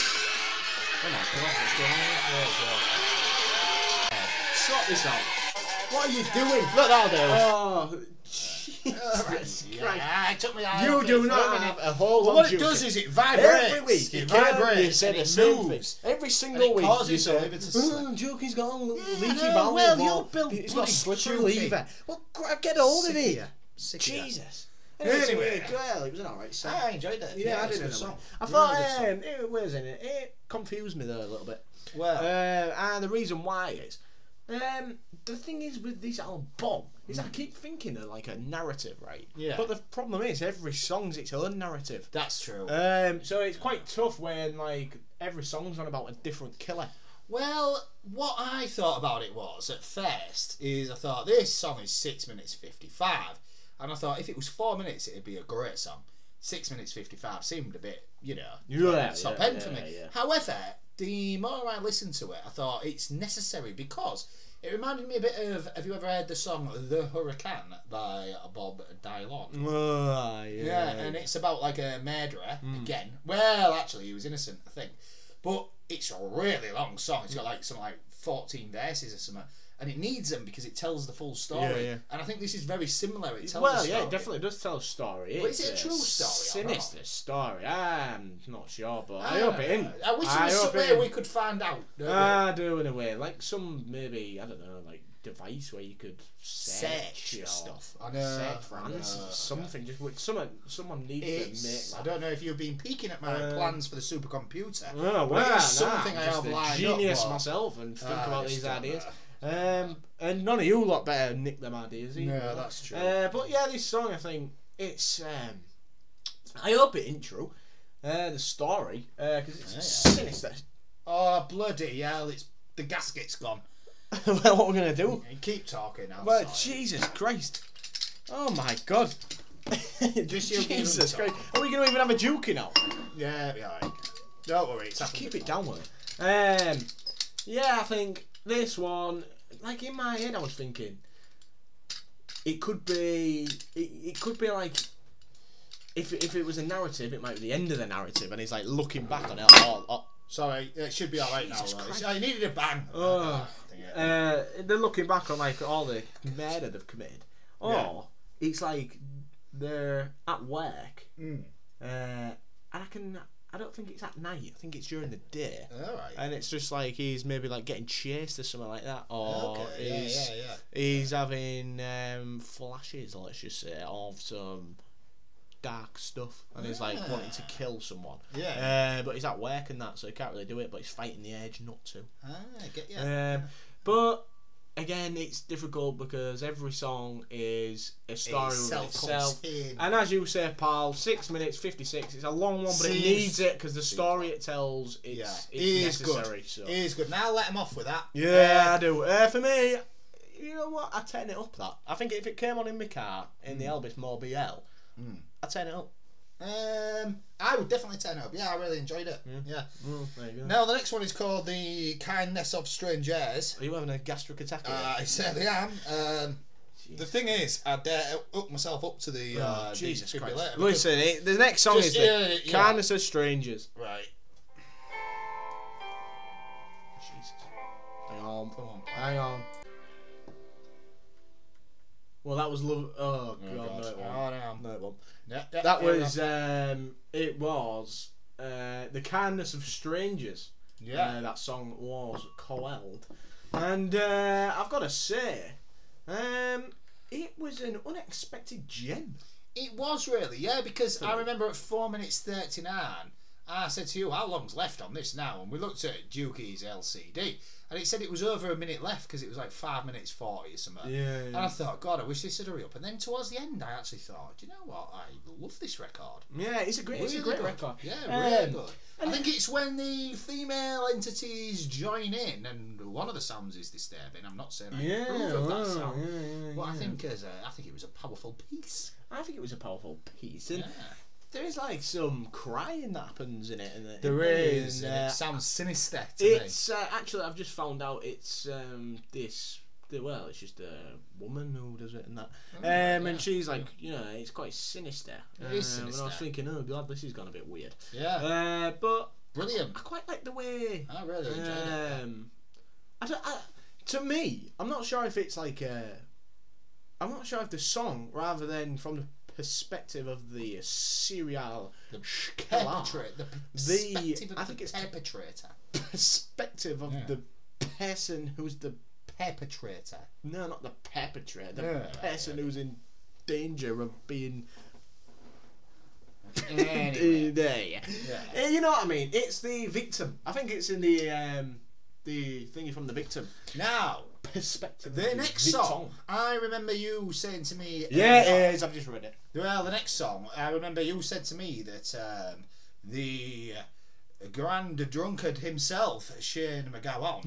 Speaker 3: Come on, come on, what's going on? There we go. Sort this out. What are you doing? Look that'll
Speaker 2: Oh, Jesus
Speaker 3: do.
Speaker 2: Christ.
Speaker 3: Yeah, it took me out
Speaker 2: You
Speaker 3: of
Speaker 2: do
Speaker 3: it.
Speaker 2: not have a whole
Speaker 3: But
Speaker 2: lot
Speaker 3: what it does is it vibrates.
Speaker 2: Every week,
Speaker 3: it
Speaker 2: can't
Speaker 3: vibrates.
Speaker 2: you say
Speaker 3: and
Speaker 2: the
Speaker 3: it
Speaker 2: same
Speaker 3: moves.
Speaker 2: thing. Every single
Speaker 3: it
Speaker 2: week.
Speaker 3: causes
Speaker 2: you
Speaker 3: the
Speaker 2: say,
Speaker 3: liver to slip.
Speaker 2: "Oh, Jokey's got a l-
Speaker 3: Yeah, I
Speaker 2: leaky
Speaker 3: know.
Speaker 2: bowel
Speaker 3: Well,
Speaker 2: wall.
Speaker 3: you're built
Speaker 2: It's got a
Speaker 3: bloody
Speaker 2: slippery
Speaker 3: chunky.
Speaker 2: lever. Well, gra- get hold of
Speaker 3: Sick
Speaker 2: it.
Speaker 3: of Sick of that.
Speaker 2: Jesus.
Speaker 3: Anyway.
Speaker 2: well, it was an alright song.
Speaker 3: I enjoyed that.
Speaker 2: yeah, I
Speaker 3: it's a
Speaker 2: did
Speaker 3: good
Speaker 2: it.
Speaker 3: song.
Speaker 2: I
Speaker 3: Really
Speaker 2: thought,
Speaker 3: good song.
Speaker 2: um, it was in it. It confused me though a little bit.
Speaker 3: Well,
Speaker 2: Uh, and the reason why is, um, the thing is with this album is I keep thinking of like a narrative, right?
Speaker 3: Yeah.
Speaker 2: But the problem is every song's its own narrative.
Speaker 3: that's true.
Speaker 2: Um, so it's quite tough when like every song's on about a different killer.
Speaker 3: Well, what I thought about it was at first is I thought this song is six minutes fifty five, and I thought if it was four minutes it'd be a great song. Six minutes fifty five seemed a bit, you know,
Speaker 2: Yeah,
Speaker 3: top
Speaker 2: yeah,
Speaker 3: end for
Speaker 2: yeah,
Speaker 3: me.
Speaker 2: yeah.
Speaker 3: However, the more I listened to it, I thought it's necessary because it reminded me a bit of Have you ever heard the song "The Hurricane" by Bob Dylan? Yeah, and it's about like a murderer
Speaker 2: Hmm.
Speaker 3: again. Well, actually, he was innocent, I think. But it's a really long song. It's got like some like fourteen verses or something, and it needs them because it tells the full story.
Speaker 2: Yeah, yeah.
Speaker 3: And I think this is very similar. It tells.
Speaker 2: well,
Speaker 3: the
Speaker 2: yeah,
Speaker 3: story.
Speaker 2: it definitely does tell a story.
Speaker 3: But is
Speaker 2: It's
Speaker 3: it a true story or not?
Speaker 2: Sinister story. I'm not sure, but I,
Speaker 3: I
Speaker 2: hope
Speaker 3: don't
Speaker 2: it isn't.
Speaker 3: know. Ah, I wish there was
Speaker 2: hope
Speaker 3: some
Speaker 2: it
Speaker 3: way
Speaker 2: isn't.
Speaker 3: we could find out. don't we?
Speaker 2: Ah, do in a way, like some maybe I don't know, like device where you could search,
Speaker 3: Search
Speaker 2: your
Speaker 3: for
Speaker 2: stuff,
Speaker 3: stuff. I know,
Speaker 2: search for
Speaker 3: I know,
Speaker 2: answers,
Speaker 3: Uh, yeah.
Speaker 2: or something. Just with someone, someone needs
Speaker 3: It's,
Speaker 2: to
Speaker 3: I
Speaker 2: make. That.
Speaker 3: don't know if you've been peeking at my
Speaker 2: Um,
Speaker 3: plans for the supercomputer.
Speaker 2: Oh,
Speaker 3: but it
Speaker 2: well,
Speaker 3: is
Speaker 2: nah,
Speaker 3: something
Speaker 2: I'm
Speaker 3: I
Speaker 2: just
Speaker 3: have lined
Speaker 2: a
Speaker 3: up,
Speaker 2: genius
Speaker 3: but-
Speaker 2: myself and think
Speaker 3: Ah,
Speaker 2: about
Speaker 3: it's
Speaker 2: these
Speaker 3: done
Speaker 2: ideas.
Speaker 3: that.
Speaker 2: Um, and none of you lot better nick them ideas. either.
Speaker 3: No, that's true.
Speaker 2: Uh, but yeah, this song I think it's. Um, I hope it ain't true. Uh, the story because it's
Speaker 3: Yeah, yeah.
Speaker 2: sinister.
Speaker 3: oh bloody hell! It's the gasket's gone.
Speaker 2: well, what we're gonna do?
Speaker 3: Keep talking. I'm
Speaker 2: Well,
Speaker 3: sorry.
Speaker 2: Jesus Christ. Oh my God.
Speaker 3: Just you give
Speaker 2: Jesus
Speaker 3: them
Speaker 2: Christ. Are we going to even have a juke now?
Speaker 3: Yeah, it'll be alright. Don't worry, it's happened
Speaker 2: Keep it
Speaker 3: before.
Speaker 2: down with it. Um, yeah, I think this one, like in my head, I was thinking it could be, it, it could be like, if, if it was a narrative, it might be the end of the narrative, and it's like oh, looking back on it all. all
Speaker 3: Sorry, it should be alright now.
Speaker 2: Jesus
Speaker 3: though.
Speaker 2: Christ.
Speaker 3: I needed a bang.
Speaker 2: Oh.
Speaker 3: Yeah.
Speaker 2: uh, they're looking back on like all the murder they've committed, or it's like they're at work
Speaker 3: Mm.
Speaker 2: Uh, and I can. I don't think it's at night. I think it's during the day.
Speaker 3: Alright.
Speaker 2: And it's just like he's maybe like getting chased or something like that, or
Speaker 3: Okay, yeah,
Speaker 2: he's
Speaker 3: yeah, yeah.
Speaker 2: he's having um, flashes, let's just say, of some dark stuff, and he's like wanting to kill someone.
Speaker 3: Yeah.
Speaker 2: Uh, but he's at work and that, so he can't really do it. But he's fighting the urge not to.
Speaker 3: Ah, I get you.
Speaker 2: Um, but again, it's difficult because every song is a story within itself.
Speaker 3: self-contained.
Speaker 2: And as you say, pal, six minutes fifty-six. It's a long one, but
Speaker 3: Seems-
Speaker 2: it needs it because the story it tells it's,
Speaker 3: Yeah,
Speaker 2: it's
Speaker 3: he's
Speaker 2: necessary.
Speaker 3: good.
Speaker 2: So.
Speaker 3: He's good. Now let him off with that.
Speaker 2: yeah, I do. Uh, for me, you know what? I turn it up. That I think if it came on in my car in the
Speaker 3: Mm.
Speaker 2: Elvis More BL, I turn it up.
Speaker 3: Um, I would definitely turn up. Yeah, I really enjoyed it. Yeah. Mm.
Speaker 2: there you go.
Speaker 3: Now the next one is called the kindness of strangers.
Speaker 2: Are you having a gastric attack?
Speaker 3: Uh, I certainly am. Um, the thing is, I dare up myself up to the uh,
Speaker 2: Oh, Jesus Christ!
Speaker 3: defibrillator because-
Speaker 2: Listen, it, the next song
Speaker 3: Just,
Speaker 2: is the
Speaker 3: yeah, yeah.
Speaker 2: Kindness of Strangers.
Speaker 3: Right.
Speaker 2: Jesus. Hang on.
Speaker 3: Come on.
Speaker 2: Hang on. Well, that was love. Oh,
Speaker 3: Oh,
Speaker 2: god,
Speaker 3: God.
Speaker 2: no, it won't.
Speaker 3: Oh, no.
Speaker 2: No, it won't.
Speaker 3: Yeah, yeah,
Speaker 2: That
Speaker 3: here we
Speaker 2: was.
Speaker 3: go.
Speaker 2: Um, it was. Uh, the kindness of strangers.
Speaker 3: yeah.
Speaker 2: Uh, that song was Coeld, and uh, I've got to say, um, it was an unexpected gem.
Speaker 3: It was really, yeah, because I remember at four minutes thirty nine, I said to you, how long's left on this now? And we looked at Dukey's LCD, and it said it was over a minute left because it was like five minutes forty or something.
Speaker 2: Yeah,
Speaker 3: And I thought, God, I wish this would hurry up. And then towards the end, I actually thought, do you know what? I love this record.
Speaker 2: yeah. It's a great, it's a great
Speaker 3: good.
Speaker 2: record.
Speaker 3: Yeah, really
Speaker 2: Um,
Speaker 3: good. I think it's when the female entities join in, and one of the sounds is disturbing. I'm not saying I
Speaker 2: Yeah,
Speaker 3: approve of
Speaker 2: wow,
Speaker 3: that sound,
Speaker 2: yeah, yeah,
Speaker 3: but I
Speaker 2: yeah.
Speaker 3: think as a, I think it was a powerful piece.
Speaker 2: I think it was a powerful piece, and
Speaker 3: Yeah.
Speaker 2: there is like some crying that happens in it. And it-
Speaker 3: There is,
Speaker 2: and,
Speaker 3: and it
Speaker 2: uh,
Speaker 3: sounds sinister to me.
Speaker 2: it's uh, actually I've just found out it's um, this. the- Well, it's just a woman who does it and that, um,
Speaker 3: Oh, yeah.
Speaker 2: and she's like, you know, it's quite sinister.
Speaker 3: It is
Speaker 2: Um, And I was
Speaker 3: sinister.
Speaker 2: thinking, oh god, this is gone a bit weird.
Speaker 3: Yeah,
Speaker 2: Uh, but
Speaker 3: brilliant.
Speaker 2: I quite like the way
Speaker 3: I really enjoyed it.
Speaker 2: Um, I don't, I, to me, I'm not sure if it's like a. I'm not sure if the song, rather than from the perspective of the serial
Speaker 3: The
Speaker 2: killer,
Speaker 3: Perpetrate the
Speaker 2: the-
Speaker 3: perspective of
Speaker 2: I
Speaker 3: the
Speaker 2: think it's-
Speaker 3: perpetrator.
Speaker 2: perspective of
Speaker 3: Yeah.
Speaker 2: the person who's the
Speaker 3: Perpetrator.
Speaker 2: no, not the perpetrator, the
Speaker 3: Yeah.
Speaker 2: person who's in danger of being.
Speaker 3: Anyway.
Speaker 2: there, yeah.
Speaker 3: Yeah.
Speaker 2: Eh, You know what I mean? It's the victim. I think it's in the um, the thingy from the victim
Speaker 3: Now,
Speaker 2: perspective. of
Speaker 3: the next
Speaker 2: victim.
Speaker 3: song. I remember you saying to me.
Speaker 2: Yeah,
Speaker 3: uh,
Speaker 2: it is. I've just read it.
Speaker 3: Well, the next song, I remember you said to me that um, the grand drunkard himself, Shane McGowan,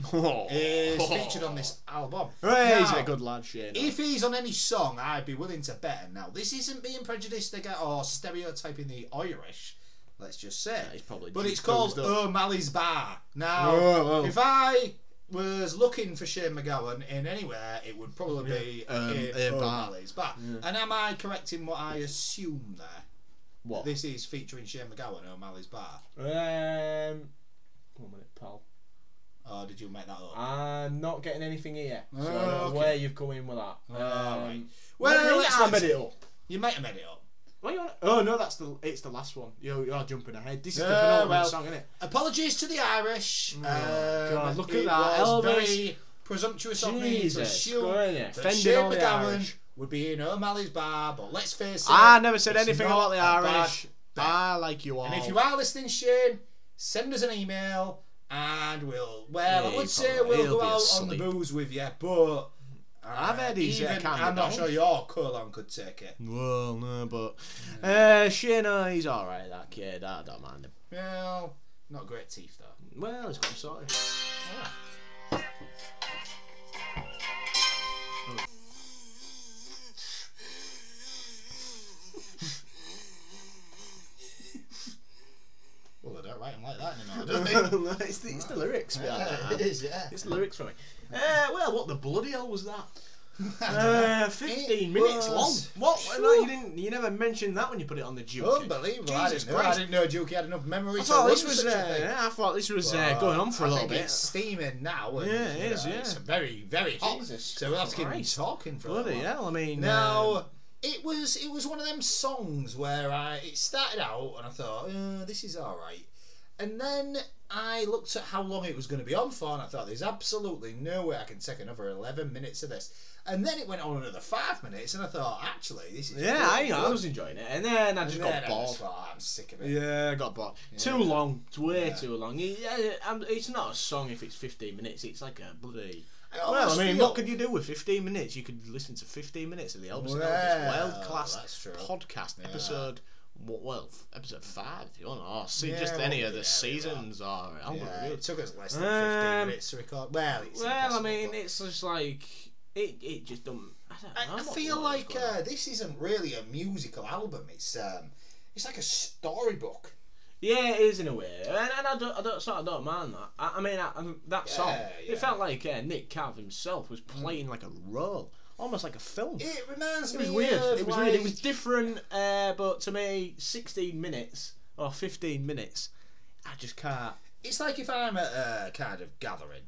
Speaker 3: is featured on this album.
Speaker 2: Hey, Oh. he's
Speaker 3: Now,
Speaker 2: a good lad, Shane.
Speaker 3: if he's on any song, I'd be willing to bet. Now, this isn't being prejudiced against or stereotyping the Irish. Let's just say,
Speaker 2: he's probably
Speaker 3: but it's
Speaker 2: juiced
Speaker 3: called
Speaker 2: up.
Speaker 3: O'Malley's Bar. Now,
Speaker 2: Oh, oh.
Speaker 3: if I was looking for Shane McGowan in anywhere, it would probably be
Speaker 2: Yeah. Um,
Speaker 3: in
Speaker 2: a bar.
Speaker 3: O'Malley's Bar. And am I correct in what I assume there?
Speaker 2: What?
Speaker 3: This is featuring Shane McGowan, O'Malley's Bar.
Speaker 2: Um, one minute, pal.
Speaker 3: Or did you make that
Speaker 2: Uh,
Speaker 3: up?
Speaker 2: I'm not getting anything here. So I
Speaker 3: Oh,
Speaker 2: don't
Speaker 3: okay.
Speaker 2: know where you've come in with that.
Speaker 3: All
Speaker 2: Um,
Speaker 3: right.
Speaker 2: Well,
Speaker 3: Well, let's-
Speaker 2: I made it up.
Speaker 3: You might have made it up.
Speaker 2: Why you on? Oh no, that's the it's the last one. You're, you're jumping ahead. This is the
Speaker 3: Yeah,
Speaker 2: penultimate
Speaker 3: well.
Speaker 2: song, isn't it?
Speaker 3: Apologies to the Irish. um,
Speaker 2: Oh, God, look at
Speaker 3: it
Speaker 2: that,
Speaker 3: was
Speaker 2: Elvis.
Speaker 3: very presumptuous of me to
Speaker 2: Jesus,
Speaker 3: assume
Speaker 2: go on, yeah.
Speaker 3: that
Speaker 2: Offended
Speaker 3: Shane
Speaker 2: all the
Speaker 3: McGowan
Speaker 2: Irish. Ah,
Speaker 3: would be in O'Malley's bar, but let's face it.
Speaker 2: I never said
Speaker 3: it's
Speaker 2: anything
Speaker 3: not
Speaker 2: about the
Speaker 3: a bad
Speaker 2: Irish.
Speaker 3: bet.
Speaker 2: I like you all.
Speaker 3: And if you are listening, Shane, send us an email and we'll, well,
Speaker 2: Yeah,
Speaker 3: I would
Speaker 2: he'll
Speaker 3: say
Speaker 2: probably-
Speaker 3: we'll
Speaker 2: he'll
Speaker 3: go
Speaker 2: be
Speaker 3: out on the
Speaker 2: asleep.
Speaker 3: booze with you, but.
Speaker 2: I've had his, uh,
Speaker 3: even,
Speaker 2: candy
Speaker 3: I'm not
Speaker 2: dogs.
Speaker 3: sure your colon could take it.
Speaker 2: well, no, but uh, Shane, uh, he's all right. That kid, I don't mind him.
Speaker 3: Well, not great teeth though.
Speaker 2: Well, he's got him sorted.
Speaker 3: Ah. Well, they don't write them like that anymore, do they?
Speaker 2: No, it's, the, it's the lyrics behind
Speaker 3: Yeah,
Speaker 2: that.
Speaker 3: it is, yeah.
Speaker 2: It's lyrics for me. Uh, well, what the bloody hell was that?
Speaker 3: I
Speaker 2: Uh, 15
Speaker 3: It
Speaker 2: minutes
Speaker 3: was-
Speaker 2: long. What?
Speaker 3: Phew.
Speaker 2: No, you didn't. You never mentioned that when you put it on the Duke.
Speaker 3: don't know. Unbelievable! I
Speaker 2: Jesus
Speaker 3: didn't know. I
Speaker 2: Christ.
Speaker 3: didn't know Duke had enough memory
Speaker 2: I
Speaker 3: to
Speaker 2: thought
Speaker 3: run
Speaker 2: this was.
Speaker 3: such a
Speaker 2: Uh,
Speaker 3: thing.
Speaker 2: yeah, I thought this was uh,
Speaker 3: But
Speaker 2: going on for
Speaker 3: I
Speaker 2: a little
Speaker 3: think It's
Speaker 2: bit.
Speaker 3: steaming now. And,
Speaker 2: Yeah, it
Speaker 3: you
Speaker 2: is,
Speaker 3: know,
Speaker 2: yeah.
Speaker 3: It's very, very hot.
Speaker 2: Jesus
Speaker 3: so we'll have to keep
Speaker 2: Christ.
Speaker 3: talking for a
Speaker 2: Bloody
Speaker 3: while.
Speaker 2: hell! I mean,
Speaker 3: Now,
Speaker 2: um,
Speaker 3: it was it was one of them songs where I it started out and I thought, uh, this is all right, and then I looked at how long it was going to be on for, and I thought, there's absolutely no way I can take another eleven minutes of this. And then it went on another five minutes, and I thought, actually, this is
Speaker 2: yeah, I,
Speaker 3: really
Speaker 2: I
Speaker 3: good.
Speaker 2: was enjoying it, and then I
Speaker 3: And
Speaker 2: just
Speaker 3: then
Speaker 2: got
Speaker 3: I
Speaker 2: bored.
Speaker 3: just thought, "Oh, I'm sick of it.
Speaker 2: Yeah, I got bored. Too long. It's way
Speaker 3: Yeah.
Speaker 2: too long. It- yeah, um, it's not a song if it's 15 minutes. It's like a bloody.
Speaker 3: I
Speaker 2: Well, I
Speaker 3: almost
Speaker 2: mean,
Speaker 3: feel-
Speaker 2: what could you do with 15 minutes? You could listen to 15 minutes of the Elvis and Elvis
Speaker 3: Well,
Speaker 2: World
Speaker 3: that's
Speaker 2: Class
Speaker 3: true.
Speaker 2: podcast episode. What well, f- episode five, if you want, or see
Speaker 3: Yeah,
Speaker 2: just any
Speaker 3: well,
Speaker 2: of the
Speaker 3: yeah,
Speaker 2: seasons or oh, album
Speaker 3: Yeah, it
Speaker 2: reviews.
Speaker 3: took us less than 15
Speaker 2: Um,
Speaker 3: minutes to record. Well, it's
Speaker 2: Well, I
Speaker 3: impossible,
Speaker 2: mean,
Speaker 3: but-
Speaker 2: it's just like it. It just don't. I don't
Speaker 3: I,
Speaker 2: know.
Speaker 3: I
Speaker 2: what-
Speaker 3: feel
Speaker 2: what was
Speaker 3: like
Speaker 2: going on.
Speaker 3: uh, this isn't really a musical album. It's um, it's like a storybook.
Speaker 2: yeah, it is in a way, and, and I don't, I don't sort of don't mind that. I, I mean, I, I- that
Speaker 3: Yeah,
Speaker 2: song,
Speaker 3: yeah.
Speaker 2: it felt like uh, Nick Cav himself was
Speaker 3: Mm.
Speaker 2: playing like a role, almost like a film.
Speaker 3: It reminds
Speaker 2: It
Speaker 3: me
Speaker 2: was weird.
Speaker 3: of
Speaker 2: It was
Speaker 3: like,
Speaker 2: weird. It was different, uh, but to me, 16 minutes or 15 minutes, I just can't.
Speaker 3: It's like if I'm at a kind of gathering,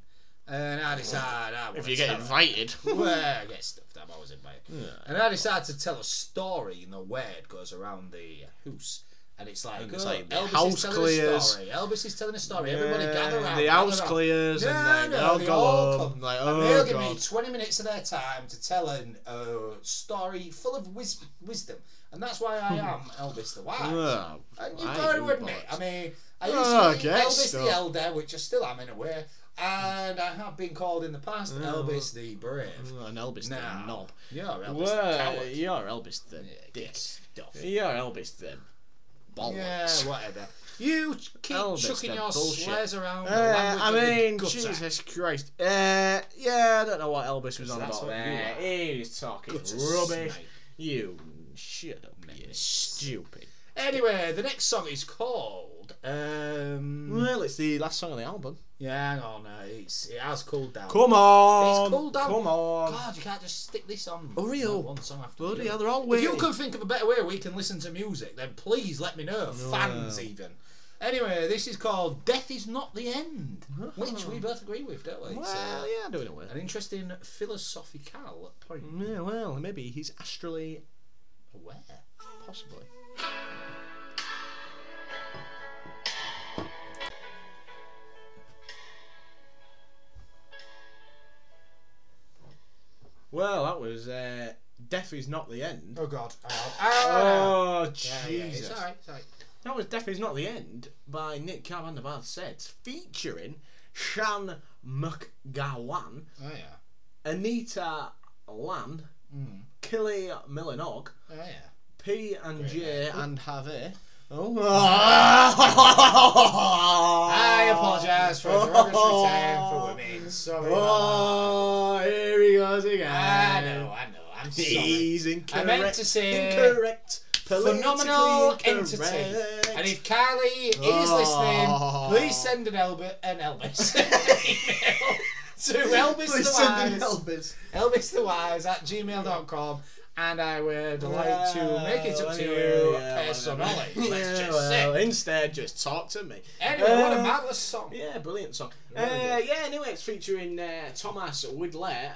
Speaker 3: and I decide I want to tell
Speaker 2: invited,
Speaker 3: well, I get stuffed. I'm always invited. And I decide to tell a story, and the word goes around the house. And it's like,
Speaker 2: it's
Speaker 3: oh,
Speaker 2: like the
Speaker 3: Elvis is
Speaker 2: house
Speaker 3: telling a
Speaker 2: clears.
Speaker 3: story. Elvis is telling a story. Everybody gather around.
Speaker 2: uh, the
Speaker 3: gather
Speaker 2: house
Speaker 3: round.
Speaker 2: clears,
Speaker 3: No,
Speaker 2: and they
Speaker 3: no,
Speaker 2: all
Speaker 3: they
Speaker 2: go
Speaker 3: all
Speaker 2: home.
Speaker 3: come.
Speaker 2: Like,
Speaker 3: And they'll
Speaker 2: oh
Speaker 3: give me
Speaker 2: god.
Speaker 3: 20 minutes of their time to tell an uh, story full of wis- wisdom. And that's why I am Elvis the Wise.
Speaker 2: Well,
Speaker 3: and
Speaker 2: Hmm.
Speaker 3: you've
Speaker 2: Ah, I
Speaker 3: got
Speaker 2: do, Ah,
Speaker 3: to admit,
Speaker 2: bollocks.
Speaker 3: I mean, I used
Speaker 5: Oh,
Speaker 3: to be
Speaker 5: okay,
Speaker 3: Elvis
Speaker 5: so-
Speaker 3: the Elder, which I still am in a way, and I have been called in the past
Speaker 2: Ah.
Speaker 3: Elvis the Brave.
Speaker 2: And Elvis
Speaker 3: Now,
Speaker 2: the knob.
Speaker 3: You're Elvis the
Speaker 2: Well,
Speaker 3: Coward.
Speaker 2: you're Elvis the dick.
Speaker 3: stuff.
Speaker 2: You're Elvis the
Speaker 3: Yeah,
Speaker 2: bollocks.
Speaker 3: whatever. You keep
Speaker 2: Elvis
Speaker 3: chucking
Speaker 2: the
Speaker 3: your
Speaker 2: bullshit.
Speaker 3: slurs around. the
Speaker 2: Uh,
Speaker 3: language
Speaker 2: I
Speaker 3: of the
Speaker 2: mean,
Speaker 3: gutter.
Speaker 2: Jesus Christ. Uh, yeah, I don't know what Elvis was on
Speaker 3: That's
Speaker 2: about
Speaker 3: what
Speaker 2: there. He was talking
Speaker 3: Gutter
Speaker 2: rubbish.
Speaker 3: snake.
Speaker 2: You shut up, you stupid.
Speaker 3: Anyway, the next song is called. Um,
Speaker 2: Well, it's the last song on the album.
Speaker 3: yeah, hang on, uh, it's it has cooled down.
Speaker 2: Come on,
Speaker 3: It's cooled down.
Speaker 2: come on.
Speaker 3: God, you can't just stick this on.
Speaker 2: Hurry
Speaker 3: uh,
Speaker 2: up.
Speaker 3: One song after the
Speaker 2: Bloody
Speaker 3: other.
Speaker 2: hell, they're all
Speaker 3: If you
Speaker 2: waiting.
Speaker 3: can think of a better way we can listen to music, then please let me know. Fans, even. Anyway, this is called Death is Not the End, which we both agree with, don't we? It's, uh,
Speaker 2: Well, yeah, doing it well.
Speaker 3: an interesting philosophical point.
Speaker 2: Yeah, well, maybe he's astrally
Speaker 3: Where?
Speaker 2: possibly. Well, that was uh, death is not the end.
Speaker 3: Oh, God.
Speaker 2: Oh
Speaker 3: yeah,
Speaker 2: Jesus!
Speaker 3: yeah, it's alright, it's alright.
Speaker 2: That was Death Is Not the End by Nick Cab and the Bad Sets, featuring Shan McGowan,
Speaker 3: Oh, yeah.
Speaker 2: Anita Lan,
Speaker 3: Mm.
Speaker 2: Killy Millenog,
Speaker 3: Oh, yeah.
Speaker 2: P and J and Harvey. Oh.
Speaker 3: I
Speaker 2: I
Speaker 3: apologise for the derogatory term for women. Sorry. about
Speaker 2: Oh, here he goes again.
Speaker 3: that. I know, I know. I'm sorry.
Speaker 2: He's incorrect.
Speaker 3: I meant to say
Speaker 2: incorrect. politically
Speaker 3: Phenomenal entity.
Speaker 2: incorrect.
Speaker 3: And if Carly is
Speaker 2: Oh.
Speaker 3: listening, please send an, Elb- an Elvis email to Elvis the Wise.
Speaker 2: Elvis.
Speaker 3: Elvis the Wise at gmail.com. And I would like to make it up to you personally. Let's
Speaker 2: yeah,
Speaker 3: just
Speaker 2: well,
Speaker 3: say.
Speaker 2: instead, just talk to me.
Speaker 3: Anyway, what a
Speaker 2: Uh,
Speaker 3: marvelous song.
Speaker 2: Yeah, brilliant song. Uh, yeah, anyway, it's featuring uh, Thomas Widler,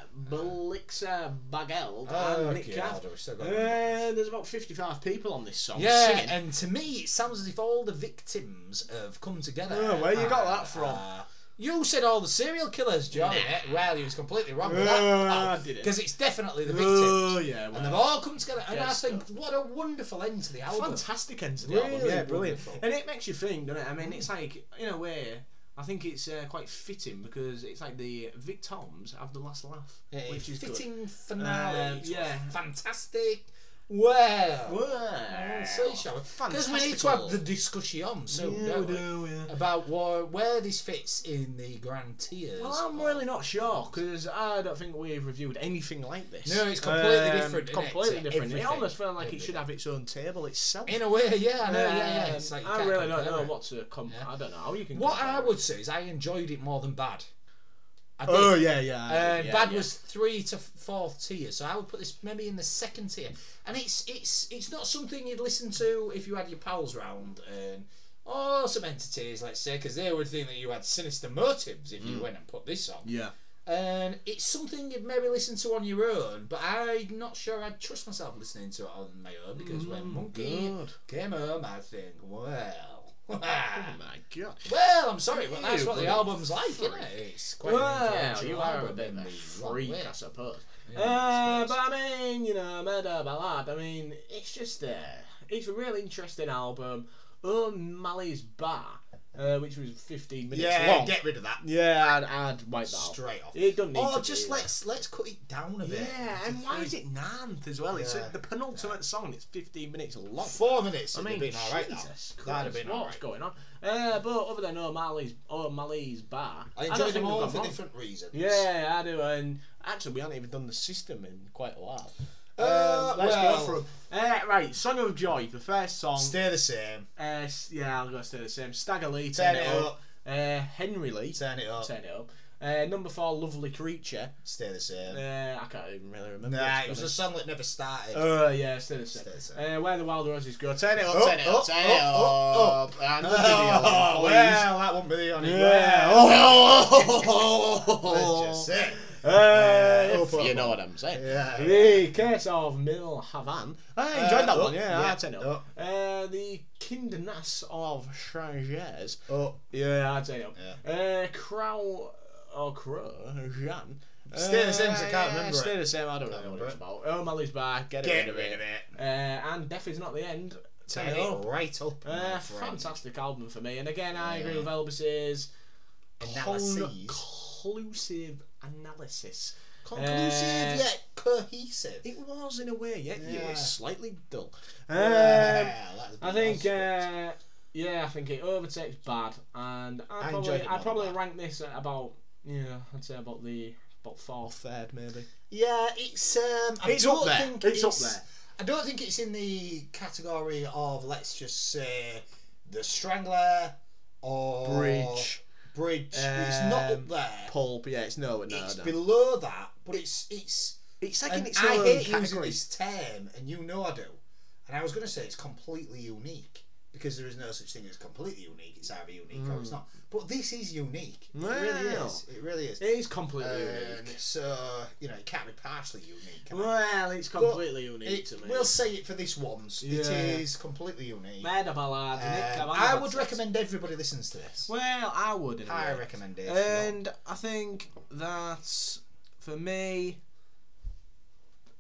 Speaker 2: Blixa Bagel,
Speaker 3: Oh,
Speaker 2: and Um, Nick
Speaker 3: God,
Speaker 2: Cav.
Speaker 3: we've still got that.
Speaker 2: Uh, there's about 55 people on this song
Speaker 3: Yeah,
Speaker 2: singing.
Speaker 3: and to me, it sounds as if all the victims have come together.
Speaker 2: Oh, where you got that
Speaker 3: and,
Speaker 2: from?
Speaker 3: uh, you said all the serial killers joining it. Well, you was completely wrong with
Speaker 2: Ah,
Speaker 3: that.
Speaker 2: did it?
Speaker 3: Because it's definitely the victims.
Speaker 2: oh, yeah.
Speaker 3: And they've
Speaker 2: Well,
Speaker 3: all come together. And I
Speaker 2: Yes,
Speaker 3: think, what a wonderful end to the album.
Speaker 2: fantastic end to the
Speaker 3: Really
Speaker 2: album. Yeah, brilliant.
Speaker 3: wonderful.
Speaker 2: And it makes you think, doesn't it? I mean, it's like, in a way, I think it's uh, quite fitting because it's like the Victoms have the last laugh,
Speaker 3: Yeah,
Speaker 2: which is good.
Speaker 3: fitting finale.
Speaker 2: Um,
Speaker 3: It's
Speaker 2: yeah.
Speaker 3: Fantastic. Well.
Speaker 2: Well,
Speaker 3: So, shall we? Because we need to have the discussion soon,
Speaker 2: Yeah, we
Speaker 3: don't we?
Speaker 2: do, yeah.
Speaker 3: About where, where this fits in the grand tiers.
Speaker 2: Well, I'm really not sure because I don't think we've reviewed anything like this.
Speaker 3: No, it's completely different, isn't it,
Speaker 2: Completely
Speaker 3: to
Speaker 2: different. It
Speaker 3: everything.
Speaker 2: almost felt like it
Speaker 3: Um, Everything.
Speaker 2: should have its own table itself.
Speaker 3: In a way, yeah, I know, yeah, yeah.
Speaker 2: Um,
Speaker 3: It's like you
Speaker 2: I
Speaker 3: can't
Speaker 2: really don't
Speaker 3: compare
Speaker 2: know
Speaker 3: it.
Speaker 2: what to come.
Speaker 3: Yeah.
Speaker 2: I don't know how you can.
Speaker 3: What
Speaker 2: compare
Speaker 3: I
Speaker 2: it.
Speaker 3: would say is I enjoyed it more than bad. I did.
Speaker 2: Oh yeah, yeah. I
Speaker 3: Uh,
Speaker 2: did, yeah,
Speaker 3: bad
Speaker 2: yeah.
Speaker 3: was three to f- fourth tier, so I would put this maybe in the second tier. And it's it's it's not something you'd listen to if you had your pals round and or some entities, let's say, because they would think that you had sinister motives if
Speaker 2: Hmm.
Speaker 3: you went and put this on.
Speaker 2: Yeah.
Speaker 3: And it's something you'd maybe listen to on your own, but I'm not sure I'd trust myself listening to it on my own because
Speaker 2: Mm,
Speaker 3: when Monkey
Speaker 2: God.
Speaker 3: came home, I think, well.
Speaker 2: Oh my god.
Speaker 3: Well, I'm sorry, but that's
Speaker 2: You
Speaker 3: what the
Speaker 2: bloody
Speaker 3: album's like, isn't it? It's quite an
Speaker 2: Well,
Speaker 3: influential
Speaker 2: you are a
Speaker 3: album
Speaker 2: bit
Speaker 3: in
Speaker 2: of a
Speaker 3: the
Speaker 2: freak,
Speaker 3: wrong way.
Speaker 2: I suppose.
Speaker 3: Yeah, I
Speaker 2: Uh,
Speaker 3: suppose.
Speaker 2: but I mean, you know, Murder Ballad, I mean, it's just uh, it's a really interesting album. O'Malley's Bar, uh, which was 15 minutes
Speaker 3: yeah,
Speaker 2: long.
Speaker 3: get rid of that
Speaker 2: Yeah, I'd, I'd wipe that out.
Speaker 3: straight off.
Speaker 2: It doesn't need
Speaker 3: Or
Speaker 2: to
Speaker 3: just
Speaker 2: be
Speaker 3: let's let's cut it down a
Speaker 2: there.
Speaker 3: bit.
Speaker 2: Yeah, and why is it Nant as well? It's uh,
Speaker 3: Yeah.
Speaker 2: the penultimate song. and It's 15 minutes long.
Speaker 3: Four minutes.
Speaker 2: I
Speaker 3: would
Speaker 2: mean,
Speaker 3: have been all right.
Speaker 2: Jesus
Speaker 3: that.
Speaker 2: Christ,
Speaker 3: That'd have been all
Speaker 2: what's
Speaker 3: right.
Speaker 2: going on? Uh, but other than O'Malley's O'Malley's Bar,
Speaker 3: I
Speaker 2: don't
Speaker 3: enjoyed
Speaker 2: think
Speaker 3: them
Speaker 2: we've
Speaker 3: all
Speaker 2: gone
Speaker 3: for
Speaker 2: wrong.
Speaker 3: different reasons.
Speaker 2: Yeah, I do. And actually, we haven't even done the system in quite a while.
Speaker 3: Uh,
Speaker 2: Um, let's
Speaker 3: well,
Speaker 2: go for 'em. Uh, right, Song of Joy, the first song.
Speaker 3: Stay the same.
Speaker 2: uh, s- yeah, I'll go stay the same. Stagger Lee,
Speaker 3: Turn
Speaker 2: turn,
Speaker 3: it up.
Speaker 2: Uh, Henry Lee, turn,
Speaker 3: Turn it up.
Speaker 2: it up. Uh, number four, Lovely Creature.
Speaker 3: Stay the
Speaker 2: Uh,
Speaker 3: same.
Speaker 2: I can't even really remember.
Speaker 3: Nah,
Speaker 2: to be
Speaker 3: it was a
Speaker 2: honest.
Speaker 3: song that never started.
Speaker 2: Oh yeah, stay the same.
Speaker 3: Stay the same.
Speaker 2: Uh, where the Wild Roses Go. Turn it up,
Speaker 3: Oh,
Speaker 2: turn it
Speaker 3: oh,
Speaker 2: up, turn it
Speaker 3: oh,
Speaker 2: up. And the video, please.
Speaker 3: well, that won't be the only
Speaker 2: Yeah.
Speaker 3: one.
Speaker 2: Oh.
Speaker 3: Let's just say.
Speaker 2: Uh,
Speaker 3: Yeah,
Speaker 2: if
Speaker 3: up,
Speaker 2: you
Speaker 3: up,
Speaker 2: know what I'm saying.
Speaker 3: Yeah.
Speaker 2: The Case of Mil Havan. I enjoyed
Speaker 3: Uh,
Speaker 2: that
Speaker 3: oh,
Speaker 2: one, yeah,
Speaker 3: yeah,
Speaker 2: I turned it
Speaker 3: oh.
Speaker 2: up. Uh, the Kindernas of Changers.
Speaker 3: Oh,
Speaker 2: Yeah, I turned it up. Uh, Crow or Crow, Jean.
Speaker 3: Stay the same, 'cause I can't
Speaker 2: yeah,
Speaker 3: remember
Speaker 2: Stay
Speaker 3: it.
Speaker 2: the same, I don't know what
Speaker 3: remember
Speaker 2: it's about. O'Malley's Bar, get,
Speaker 3: get
Speaker 2: rid of it. Uh, and Death is Not the End, Turn
Speaker 3: Turn it
Speaker 2: it up.
Speaker 3: right up. my
Speaker 2: Uh,
Speaker 3: friend.
Speaker 2: fantastic album for me, and again I agree
Speaker 3: Yeah.
Speaker 2: with Elvis's
Speaker 3: Analyses.
Speaker 2: conclusive analysis.
Speaker 3: Conclusive
Speaker 2: Uh,
Speaker 3: yet cohesive.
Speaker 2: It was in a way, yeah, yeah. it
Speaker 3: Yeah.
Speaker 2: was slightly dull. Um,
Speaker 3: Yeah, that's
Speaker 2: I
Speaker 3: been
Speaker 2: think,
Speaker 3: awesome.
Speaker 2: uh, yeah, I think it overtakes bad, and I,
Speaker 3: I enjoyed
Speaker 2: probably,
Speaker 3: it
Speaker 2: I
Speaker 3: more
Speaker 2: probably
Speaker 3: than bad.
Speaker 2: rank this at about, yeah, I'd say about the about fourth, third maybe.
Speaker 3: yeah, it's um, I
Speaker 2: It's
Speaker 3: don't
Speaker 2: up there.
Speaker 3: think
Speaker 2: It's up there.
Speaker 3: I don't think it's in the category of let's just say the Strangler or
Speaker 2: Oh. Bridge.
Speaker 3: Bridge. it's not
Speaker 2: Um,
Speaker 3: up there.
Speaker 2: Pulp, yeah, it's nowhere near
Speaker 3: it's
Speaker 2: that.
Speaker 3: below that, but it's it's.
Speaker 2: It's like
Speaker 3: and
Speaker 2: in its
Speaker 3: I
Speaker 2: own
Speaker 3: hate using
Speaker 2: category.
Speaker 3: this term, and you know I do. And I was going to say it's completely unique because there is no such thing as completely unique. It's either unique or it's not. But this is unique. It really
Speaker 2: Hmm. Well.
Speaker 3: is. It really is.
Speaker 2: It is completely
Speaker 3: Um,
Speaker 2: unique.
Speaker 3: so you know it can't be partially unique. can it?
Speaker 2: Well, it's completely unique
Speaker 3: It-
Speaker 2: to me.
Speaker 3: we'll say it for this once. It
Speaker 2: Yeah.
Speaker 3: is completely unique.
Speaker 2: Made a ballad, Nick
Speaker 3: Um,
Speaker 2: Cavanaugh
Speaker 3: I would
Speaker 2: sets.
Speaker 3: recommend everybody listens to this.
Speaker 2: Well, I would. In a
Speaker 3: I
Speaker 2: way.
Speaker 3: recommend it.
Speaker 2: And I think that for me,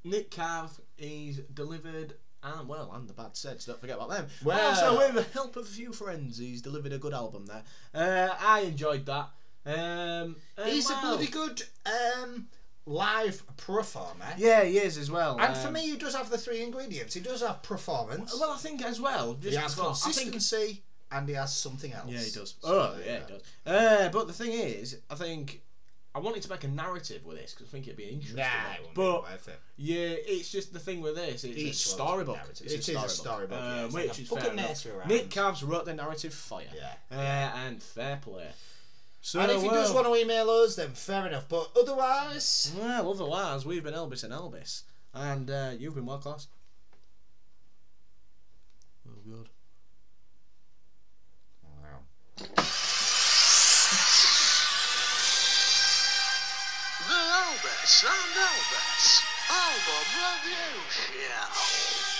Speaker 2: Nick Cav, he's delivered. And well, and the bad sets, don't forget about them.
Speaker 3: Well-
Speaker 2: also, with the help of a few friends, he's delivered a good album there. Uh, I enjoyed that. Um, and
Speaker 3: He's
Speaker 2: well-
Speaker 3: a bloody good um, live performer.
Speaker 2: Yeah, he is as well.
Speaker 3: And
Speaker 2: um,
Speaker 3: for me, he does have the three ingredients. He does have performance.
Speaker 2: Well, I think as well. Just
Speaker 3: he has
Speaker 2: before, I think
Speaker 3: consistency, and he has something else.
Speaker 2: Yeah, he does.
Speaker 3: So
Speaker 2: Oh,
Speaker 3: there you
Speaker 2: yeah,
Speaker 3: go.
Speaker 2: he does. Uh, but the thing is, I think I wanted to make a narrative with this because I think it'd be interesting.
Speaker 3: Nah, it won't be
Speaker 2: but
Speaker 3: worth it.
Speaker 2: yeah, it's just the thing with this. It's a
Speaker 3: Each one's
Speaker 2: storybook.
Speaker 3: narrative.
Speaker 2: It's
Speaker 3: It is a storybook,
Speaker 2: um,
Speaker 3: yeah, it's like
Speaker 2: which
Speaker 3: a
Speaker 2: is
Speaker 3: fucking
Speaker 2: fair enough.
Speaker 3: nursery rhyme.
Speaker 2: Nick Cavs wrote the narrative fire.
Speaker 3: Yeah.
Speaker 2: Uh, and fair play. So uh,
Speaker 3: and if he
Speaker 2: well,
Speaker 3: does want to email us, then fair enough. But otherwise,
Speaker 2: well, otherwise we've been Elvis and Elvis, and uh, you've been world class. Oh God.
Speaker 1: The Elvis and Elvis Album Review Show.